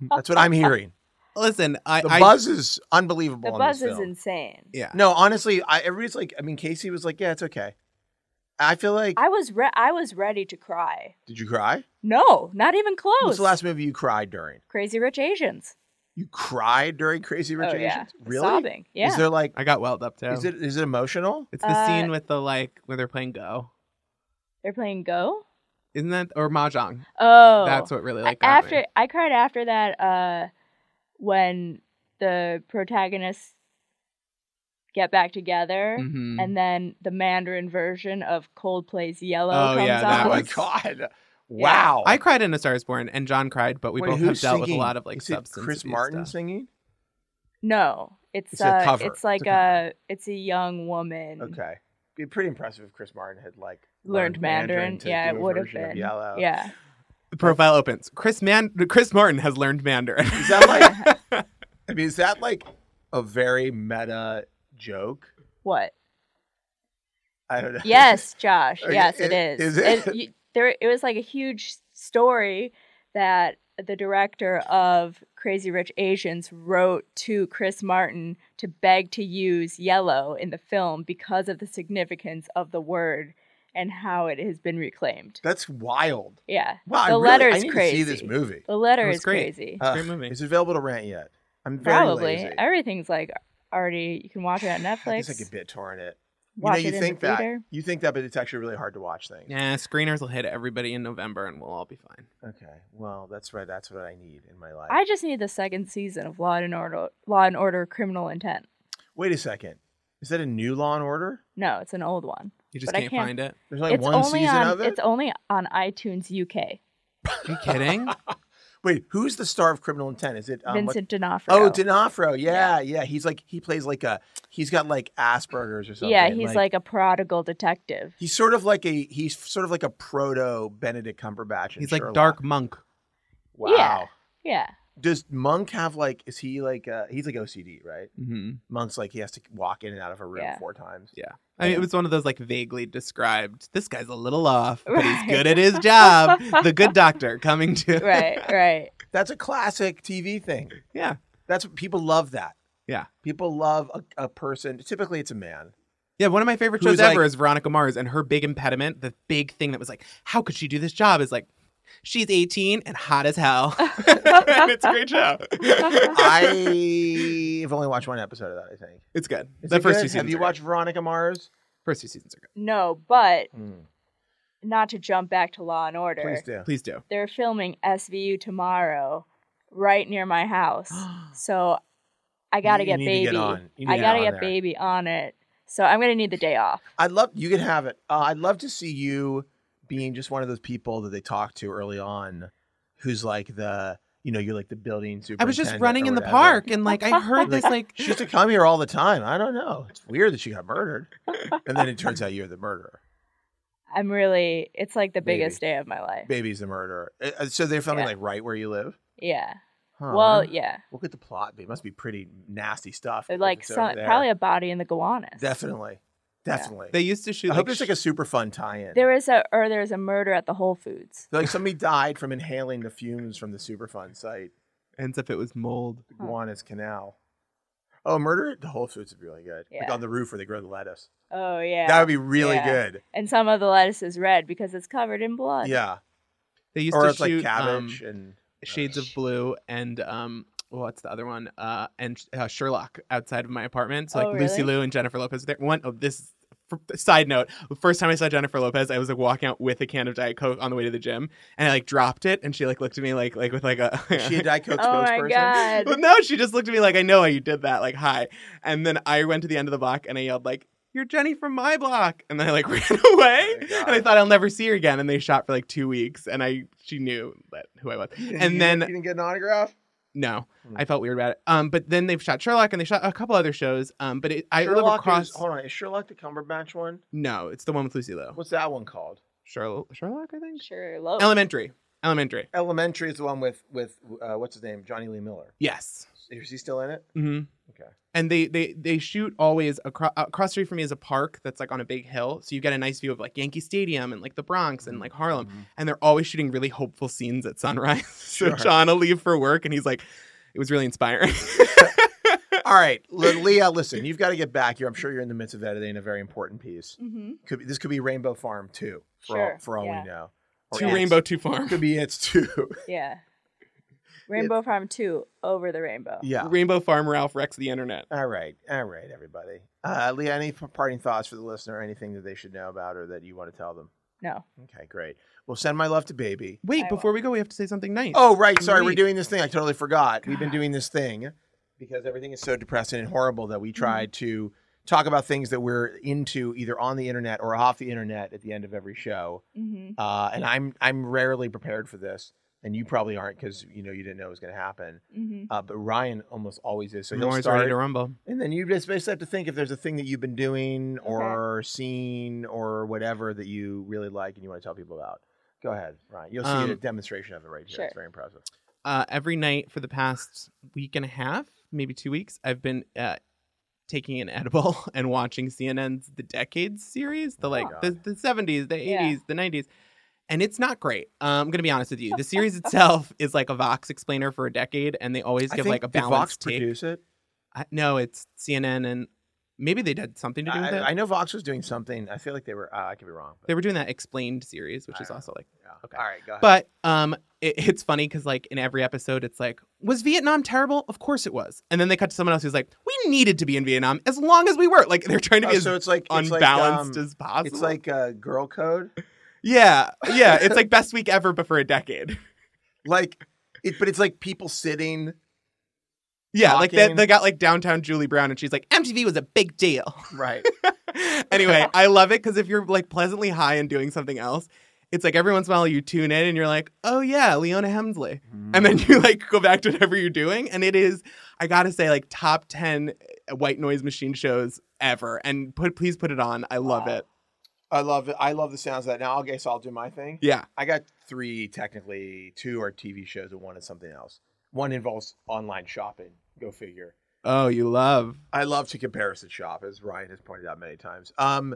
That's what I'm hearing. Listen, I, The I buzz is unbelievable. the on buzz this is film. insane. yeah. No, honestly, I, everybody's like. I mean, Casey was like, "Yeah, it's okay." I feel like. I was re- I was ready to cry. did you cry? No, not even close. What's the last movie you cried during? Crazy Rich Asians. You cried during Crazy Rich oh Asians? yeah, Really? sobbing. Yeah. Is there like? I got welled up too. Is it is it emotional? It's the Uh, scene with the like where they're playing Go, They're playing Go. isn't that or mahjong? Oh, That's what really like I- got after me. I cried after that uh, when the protagonists get back together. Mm-hmm. Mhm. And then the Mandarin version of Coldplay's Yellow Oh, comes yeah, on. that oh my was- god! Wow. I cried in A Star Is Born, and John cried, but we Wait, both have who's dealt with singing? a lot of like Is it substance Chris abuse Martin stuff. singing. No, it's It's a uh, cover. it's like It's a a, cover. it's a young woman. Okay. Be pretty impressive if Chris Martin had like Learned Mandarin. to Yeah, do it a would have version of been. Yellow. Yeah. Profile opens. Chris Man, Chris Martin has learned Mandarin. Is that like? I mean, is that like a very meta joke? What? I don't know. Yes, Josh. Okay, Yes, it it- is. is it? And you- there, it was like a huge story that the director of Crazy Rich Asians wrote to Chris Martin to beg to use yellow in the film because of the significance of the word and how it has been reclaimed. That's wild. Yeah. Wow, The I really, I letter's need to crazy. see this movie. The letter It was is great. crazy. Uh, great movie. Is it available to rent yet? I'm very Probably. lazy. Everything's like already you can watch it on I Netflix. guess I could BitTorrent it. watch you know, it you in think the that theater. you think that, but it's actually really hard to watch things. yeah, screeners will hit everybody in November, and we'll all be fine. Okay. Well, that's right. That's what I need in my life. I just need the second season of Law and Order Law and Order Criminal Intent. Wait a second. Is that a new Law and Order? No, it's an old one. You just But I can't, can't- find it. There's only it's one only season on of it. it's only on iTunes UK. Are you kidding? Wait, who's the star of Criminal Intent? Is it um, what- Vincent D'Onofrio. Oh, D'Onofrio. Yeah, yeah, He's like he plays like a he's got like Asperger's or something. yeah, he's like, a prodigal detective. he's sort of like a he's sort of like a proto Benedict Cumberbatch. in He's like Sherlock. Dark Monk. Wow. Yeah. Yeah. Does Monk have like is he like uh he's like OCD right? hmm Monk's like he has to walk in and out of a room Yeah. four times. I mean, it was one of those like vaguely described. This guy's a little off, but he's Right. good at his job. the good doctor coming to Right, right. That's a classic TV thing. Yeah. That's people love that. Yeah. people love a, a person. Typically, it's a man. Yeah, one of my favorite Who's shows ever like- is Veronica Mars, and her big impediment, the big thing that was like, how could she do this job, is like, she's 18 and hot as hell. and it's a great show. I've only watched one episode of that. I think. it's good. Is the it first good? two seasons. Have you are watched Veronica Mars? Good. First two seasons are good. No, but Hmm. Mm, not to jump back to Law and Order. please do. Please do. They're filming SVU tomorrow right near my house. So I gotta You get need baby. To get on. You need I to gotta on get there. baby on it. So I'm gonna need the day off. I'd love you can have it. Uh, I'd love to see you being just one of those people that they talk to early on, who's like the you know you're like the building super. I was just running in the park and like I heard this like She used to come here all the time. I don't know. It's weird that she got murdered, and then it turns out you're the murderer. I'm really. It's like the Maybe. biggest day of my life. Baby's the murderer. Uh, uh, So they found me Yeah. like right where you live. Yeah. Huh. Well, yeah. Look at the plot. It must be pretty nasty stuff. They're if Like it's over some, there. probably a body in the Gowanus. Definitely, definitely. they used to shoot. I like, hope it's sh- like a super fun tie-in. There was a or there was a murder at the Whole Foods. like somebody died from inhaling the fumes from the Superfund site, ends up it was mold. the Huh. Gowanus Canal. Oh, murder at the Whole Foods would be really good. Like Yeah. on the roof where they grow the lettuce. Oh yeah. That would be really Yeah. good. and some of the lettuce is red because it's covered in blood. Yeah. They used Or to it's like shoot cabbage um, and Shades of Blue and um what's the other one? Uh and uh, Sherlock outside of my apartment. So like Oh, Lucy really? Liu and Jennifer Lopez. There one oh this f- side note. The first time I saw Jennifer Lopez, I was like walking out with a can of Diet Coke on the way to the gym and I like dropped it and she like looked at me like like with like a Is she a Diet Coke Oh my spokesperson. god. But no, she just looked at me like, I know how you did that. Like, hi. And then I went to the end of the block and I yelled, like, you're Jenny from my block. And then I like ran away. Oh my God. and I thought I'll never see her again. And they shot for like two weeks. And I she knew that who I was. And you, then you didn't get an autograph. no. Hmm. I felt weird about it. Um, but then they've shot Sherlock and they shot a couple other shows. Um, but it, I live Sherlock across. Is, hold on, is Sherlock the Cumberbatch one? no, it's the one with Lucy Liu. What's that one called? Sherlock, Sherlock, I think. Sure. Low. Elementary, elementary. Elementary is the one with with uh, what's his name, Johnny Lee Miller. Yes. Is he still in it? hmm Okay. and they they they shoot always across across the street from me is a park that's like on a big hill so you get a nice view of like yankee stadium and like the bronx and like harlem and they're always shooting really hopeful scenes at sunrise so Sure. john will leave for work and he's like it was really inspiring All right, Le- Leah, listen, you've got to get back here. I'm sure you're in the midst of editing a very important piece. Mm-hmm. Could be, this could be Rainbow Farm too, for all, Sure, for all yeah. we know. Or to it's- rainbow to farm could be it's too. Yeah. Rainbow Farm Two over the rainbow. yeah. rainbow farm ralph wrecks the internet All right, all right, everybody. Uh, Leah, any p- parting thoughts for the listener? Anything that they should know about or that you want to tell them? No. Okay, great. Well, send my love to baby. wait I before we go we have to say something nice Oh, right. Sorry, we're Wait. doing this thing. I totally forgot. We've been God. doing this thing because everything is so depressing and horrible that Mm-hmm. we try to talk about things that we're into either on the internet or off the internet at the end of every show. Mm-hmm. Uh, and I'm I'm rarely prepared for this, and you probably aren't because you know you didn't know it was going to happen. Mm-hmm. Uh, but Ryan almost always is. So he'll Nora's start, ready to rumble and then you just basically have to think if there's a thing that you've been doing or seen or whatever that you really like and you want to tell people about. Go ahead, Ryan. You'll see Um, a demonstration of it right here. sure. It's very impressive. uh, every night for the past week and a half, maybe two weeks, I've been uh, taking an edible and watching CNN's The Decades series, the Oh my like the, God. the 70s, the 80s, Yeah. the 90s. And it's not great. Um, I'm going to be honest with you. The series itself is like a Vox explainer for a decade, and they always give like a did Vox balanced take. produce it? I, no, it's CNN, and maybe they did something to do with I, it. I know Vox was doing something. I feel like they were. Uh, I could be wrong. But, they were doing that Explained series, which I is don't also like yeah. uh, okay. All right, go ahead. But um, it, it's funny because like in every episode, it's like, was Vietnam terrible? Of course it was. And then they cut to someone else who's like, we needed to be in Vietnam as long as we were. Like they're trying to be Oh, as so it's like it's like, unbalanced um, as possible. It's like uh, girl code. yeah, yeah. It's like best week ever, but for a decade. Like, it, but it's like people sitting Yeah, like they, Shocking. they got like downtown Julie Brown, and she's like, MTV was a big deal. right. anyway, I love it because if you're like pleasantly high and doing something else, it's like every once in a while you tune in and you're like, oh yeah, Leona Hemsley. and then you like go back to whatever you're doing and it is i gotta say like top 10 white noise machine shows ever and put please put it on i love Wow. it I love it. I love the sounds of that. Now I guess I'll do my thing. yeah I got three technically. Two are TV shows, and one is something else. One involves online shopping. Go figure. oh you love I love to comparison shop, as Ryan has pointed out many times. Um,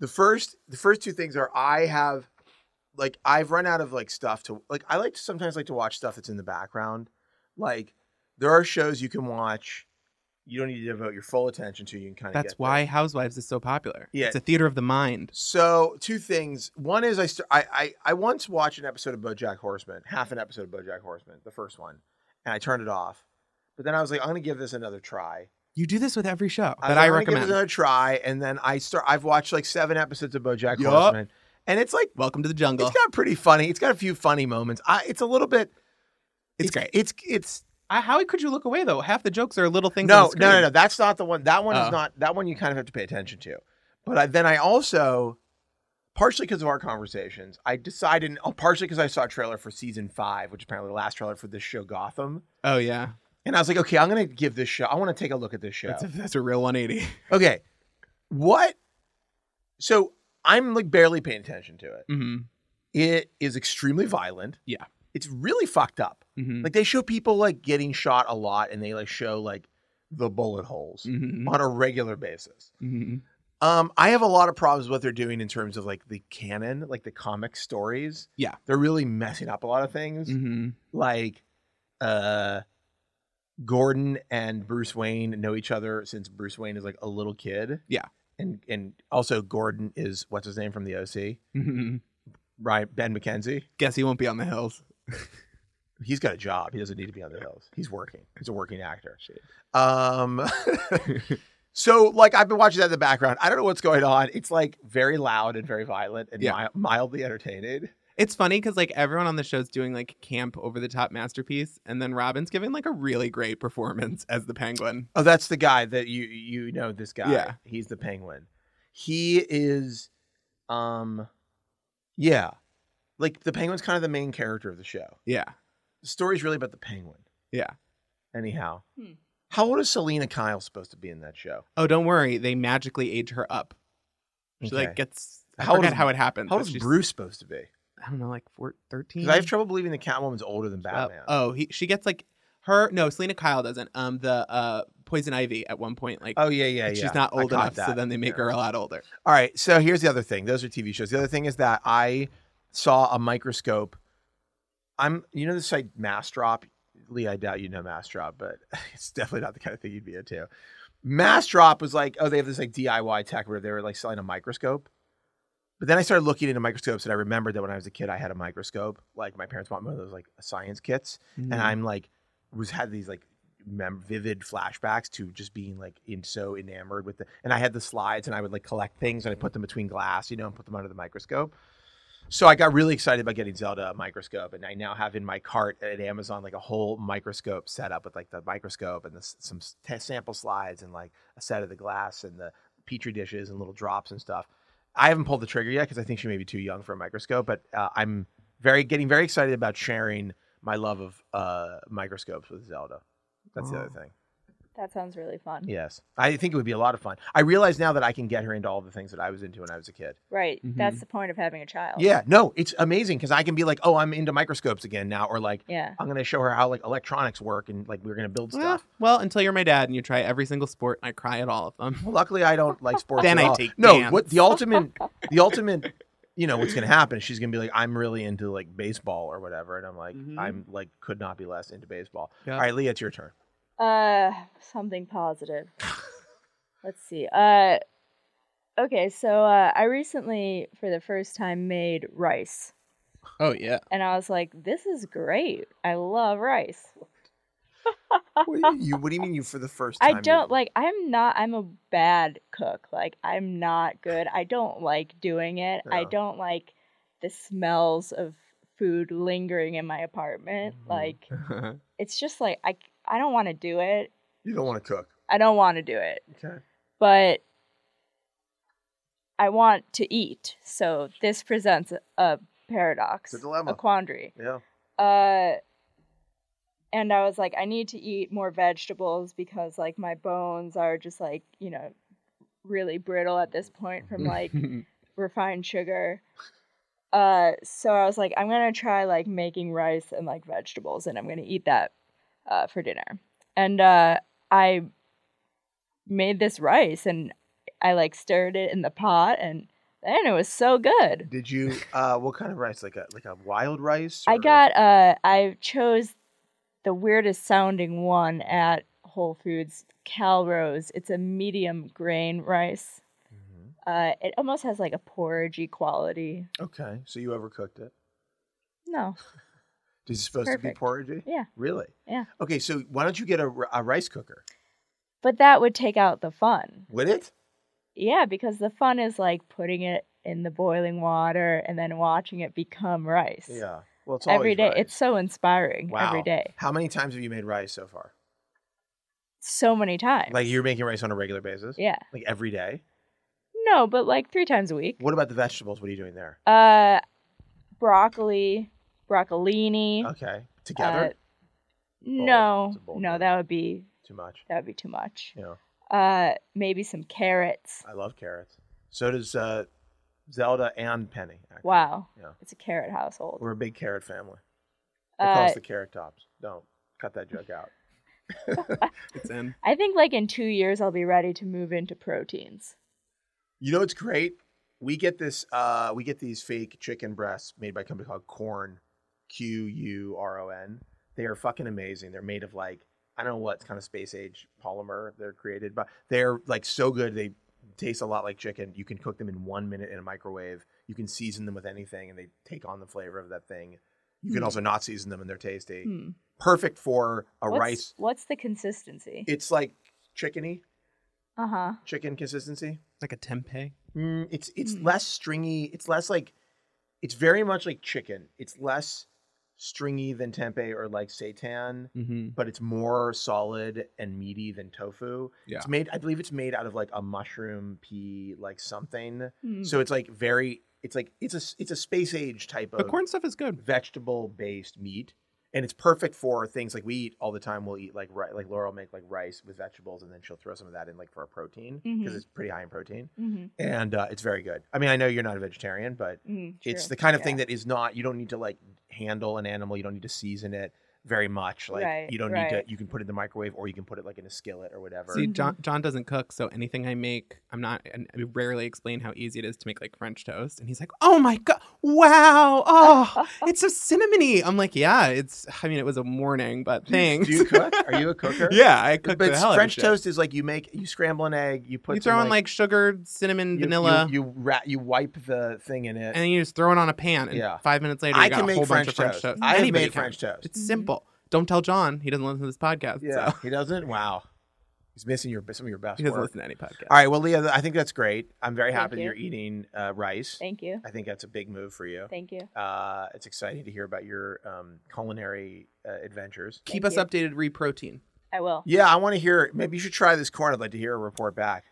the first, the first two things are I have, like, I've run out of like stuff to like. I like to sometimes like to watch stuff that's in the background. Like, there are shows you can watch, you don't need to devote your full attention to. You can kind of that's why housewives is so popular Yeah. it's a theater of the mind So two things. One is I, st- I I I once watched an episode of BoJack Horseman, half an episode of BoJack Horseman, the first one, and I turned it off. But then I was like, I'm gonna give this another try. you do this with every show I was like, I'm that i gonna Give recommend it another try, and then I start. I've watched like seven episodes of BoJack Yup. Horseman, and it's like welcome to the jungle it's it's, got pretty funny. It's got a few funny moments. I, it's a little bit. great It's it's I, how could you look away though half the jokes are little things on no the no no screen. no. That's not the one. That one Oh. is not that one. You kind of have to pay attention to. But I, then I also partially because of our conversations, I decided, oh, partially because I saw a trailer for season five, which is apparently the last trailer for this show, Gotham. Oh yeah, And I was like, okay, I'm going to give this show, I want to take a look at this show. that's a, that's a real 180. okay. What? So I'm like barely paying attention to it. hmm It is extremely violent. Yeah. It's really fucked up. hmm Like they show people like getting shot a lot and they like show like the bullet holes hmm on a regular basis. hmm Um, I have a lot of problems with what they're doing in terms of like the canon, like the comic stories. Yeah. They're really messing up a lot of things. hmm Like uh Gordon and Bruce Wayne know each other since Bruce Wayne is like a little kid. Yeah. And and also Gordon is what's his name from the OC? hmm Right, Ben McKenzie. Guess he won't be on the hills. He's got a job. He doesn't need to be on the hills. He's working. He's a working actor. Um So like I've been watching that in the background. I don't know what's going on. It's like very loud and very violent and Yeah. mi- mildly entertaining. It's funny because like everyone on the show's doing like camp over the top masterpiece, and then Robin's giving like a really great performance as the Penguin. Oh, that's the guy that you you know this guy. Yeah. He's the penguin. He is um yeah. Like the penguin's kind of the main character of the show. Yeah, The story's really about the penguin. yeah. Anyhow. Hmm. How old is Selena Kyle supposed to be in that show? Oh, don't worry, they magically age her up. She like Okay. gets. I How old forget is- how it happens. how but old is she's- Bruce supposed to be? I don't know, like four, 13? Because I have trouble believing the Catwoman's older than Uh, Batman. oh, he, she gets like her. No, Selena Kyle doesn't. Um, the uh, Poison Ivy at one point, like Oh, yeah, yeah, yeah. she's not I old caught enough, so that. then they make Yeah. her a lot older. All right. So here's the other thing. Those are TV shows. The other thing is that I saw a microscope. I'm, you know, the site Mastrop. Lee, I doubt you know Mastrop, but it's definitely not the kind of thing you'd be into. Mastrop was like, oh, they have this like DIY tech where they were like selling a microscope. But then I started looking into microscopes and I remembered that when I was a kid, I had a microscope. Like my parents bought me one of those like science kits. And Mm. I'm like, was had these like mem- vivid flashbacks to just being like in so enamored with the and I had the slides and I would like collect things and I put them between glass, you know, and put them under the microscope. So I got really excited about getting Zelda a microscope, and I now have in my cart at Amazon like a whole microscope set up with like the microscope and the, s- some s- test sample slides and like a set of the glass and the petri dishes and little drops and stuff. I haven't pulled the trigger yet because I think she may be too young for a microscope, but uh, I'm very getting very excited about sharing my love of uh, microscopes with Zelda. That's the Oh. other thing. That sounds really fun. Yes, I think it would be a lot of fun. I realize now that I can get her into all the things that I was into when I was a kid. Right. Mhm. That's the point of having a Oh. child. Mm-hmm. Yeah, no, it's amazing because I can be like, oh, I'm into microscopes again now, or like Yeah. I'm gonna show her how like electronics work and like we're gonna build Ah, stuff. well, until you're my dad and you try every single sport, and I cry at all of them. Well, luckily I don't like sports. Then at I all. take no. dance. What the ultimate, the ultimate, you know what's gonna happen? is She's gonna be like, I'm really into like baseball or whatever, and I'm like, Mm-hmm. Mhm. I'm like could not be less into baseball. Yeah. All right, Leah, it's your turn. Uh, something positive. Let's see. Uh, okay. So uh, I recently, for the first time, made rice, Oh yeah, and I was like, "This is great. I love rice." What do you, you- what do you mean you for the first time? I don't like. I'm not. I'm a bad cook. Like I'm not good. I don't like doing it. I Yeah. don't like the smells of food lingering in my apartment. Mhm. Like it's just like I. I don't want to do it. You, you don't want to cook. I don't want to do it. Okay. but I want to eat. So this presents a- a paradox, It's a dilemma. quandary. Yeah. Uh, and I was like, I need to eat more vegetables because like my bones are just like you know really brittle at this point from like refined sugar. Uh, so I was like, I'm gonna try like making rice and like vegetables, and I'm gonna eat that uh, for dinner. And uh, I made this rice, and I like stirred it in the pot, and and it was so good. Did you? Uh, what kind of rice? Like a like a wild rice? I or- got uh, I chose the weirdest sounding one at Whole Foods, Calrose. It's a medium grain rice. Mhm. Uh, it almost has like a porridgey quality. Okay, so you overcooked it. No, Is it supposed Perfect. to be porridgey? Yeah. Really? Yeah. Okay, so why don't you get a, r- a rice cooker? but that would take out the fun. Would it? Yeah, because the fun is like putting it in the boiling water and then watching it become rice. Yeah. Well, it's every always day. rice. It's so inspiring wow. every day. How many times have you made rice so far? So many times. Like you're making rice on a regular basis? Yeah. Like every day? no, but like three times a week. What about the vegetables? What are you doing there? Uh, broccoli, broccolini. Okay, uh, together. Oh, no, It's a bowl. no, that would be Too much. that would be too much. You know, Uh, maybe some carrots. I love carrots. So does uh, Zelda and Penny. actually. Wow, Yeah, it's a carrot household. we're a big carrot family. They call Uh, us the carrot tops. Don't cut that joke out. It's in. I think like in two years I'll be ready to move into proteins. You know what's great? We get this. Uh, we get these fake chicken breasts made by a company called Corn, Q U R O N. They are fucking amazing. They're made of like I don't know what kind of space age polymer they're created, but they're like so good. They taste a lot like chicken. You can cook them in one minute in a microwave. You can season them with anything, and they take on the flavor of that thing. You can Hmm. also not season them, and they're tasty. Hmm. Perfect for a What's, rice. What's the consistency? It's like chickeny, Uh huh. chicken consistency. Like a tempeh. Mm, it's it's Mm. less stringy. It's less like it's very much like chicken. It's less stringy than tempeh or like seitan, Mm-hmm. but it's more solid and meaty than tofu. Yeah. It's made I believe it's made out of like a mushroom pea like something. Hmm. Mm. So it's like very it's like it's a s- it's a space age type But of corn stuff is good. vegetable based meat. And it's perfect for things like we eat all the time. We'll eat like ri- like Laura will make like rice with vegetables, and then she'll throw some of that in like for our protein because Mm-hmm. Mhm. it's pretty high in protein hmm and uh, it's very good. I mean, I know you're not a vegetarian, but Mm, it's true. the kind of thing Yeah. that is not. You don't need to like handle an animal. You don't need to season it very much. Like Right, you don't need right. to. You can put it in the microwave, or you can put it like in a skillet or whatever. See, Mhm. John, John doesn't cook, so anything I make, I'm not. And I rarely explain how easy it is to make like French toast, and he's like, "Oh my god, wow, oh, it's so cinnamony." I'm like, "Yeah, it's. I mean, it was a morning, but thanks." Do you cook? Are you a cooker? yeah, I cook but the hell out of French shit. toast is like you make you scramble an egg, you put You some, throw in like sugar, cinnamon, you- vanilla, You you, ra- you wipe the thing in it. and then you just throw it on a pan. And Yeah. five minutes later, I you got can a make whole French bunch of French toast. toast. I have Anybody made can. French toast. It's Mhm. simple. Don't tell John. He doesn't listen to this podcast. Yeah, so he doesn't. Wow, he's missing your some of your best he doesn't work. listen to any podcast. All right, well, Leah, I think that's great. I'm very Thank happy that you. you're eating uh, rice. Thank you. I think that's a big move for you. Thank you. Uh, it's exciting to hear about your um, culinary uh, adventures. Keep Thank us you. updated. Re protein. I will. Yeah, I want to hear. Maybe you should try this corn. I'd like to hear a report back.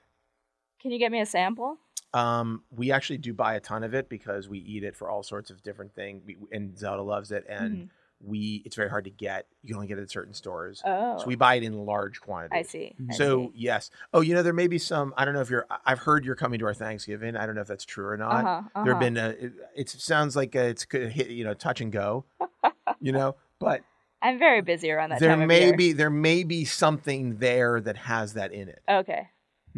Can you get me a sample? Um, we actually do buy a ton of it because we eat it for all sorts of different things, we, and Zelda loves it. And Mm-hmm. we, it's very hard to get. You can only get it at certain stores, Oh, so we buy it in large quantities. I see. I So see. yes. Oh, you know there may be some. I don't know if you're. I- I've heard you're coming to our Thanksgiving. I don't know if that's true or not. uh-huh, uh-huh. There have been. A, it, it sounds like a, it's could hit. You know, touch and go. you know, but I'm very busy around that there time may of year. be there may be something there that has that in it Okay,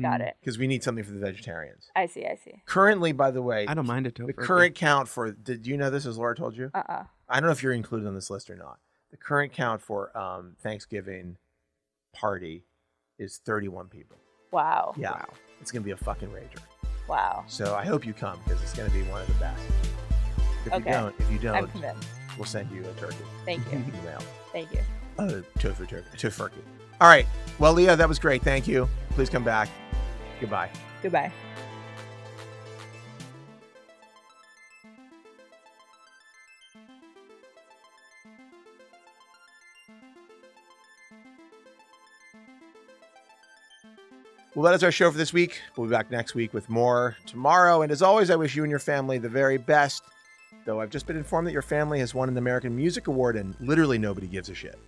got it. because we need something for the vegetarians I see. I see. currently by the way I don't mind it. the Topher. current count for did you know this as laura told you Uh uh i don't know if you're included on this list or not the current count for um, thanksgiving party is 31 people Oh, Wow. yeah it's gonna be a fucking rager Wow. so i hope you come because it's gonna be one of the best if Okay. you don't if you I'm don't convinced. we'll send you a turkey Thank you. in the mail Thank you. uh, tofu turkey, tofurkey. All right. Well, Leah, that was great. Thank you. Please come back. Goodbye. Goodbye. Well, that is our show for this week. We'll be back next week with more tomorrow. And as always, I wish you and your family the very best. Though I've just been informed that your family has won an American Music Award and literally nobody gives a shit.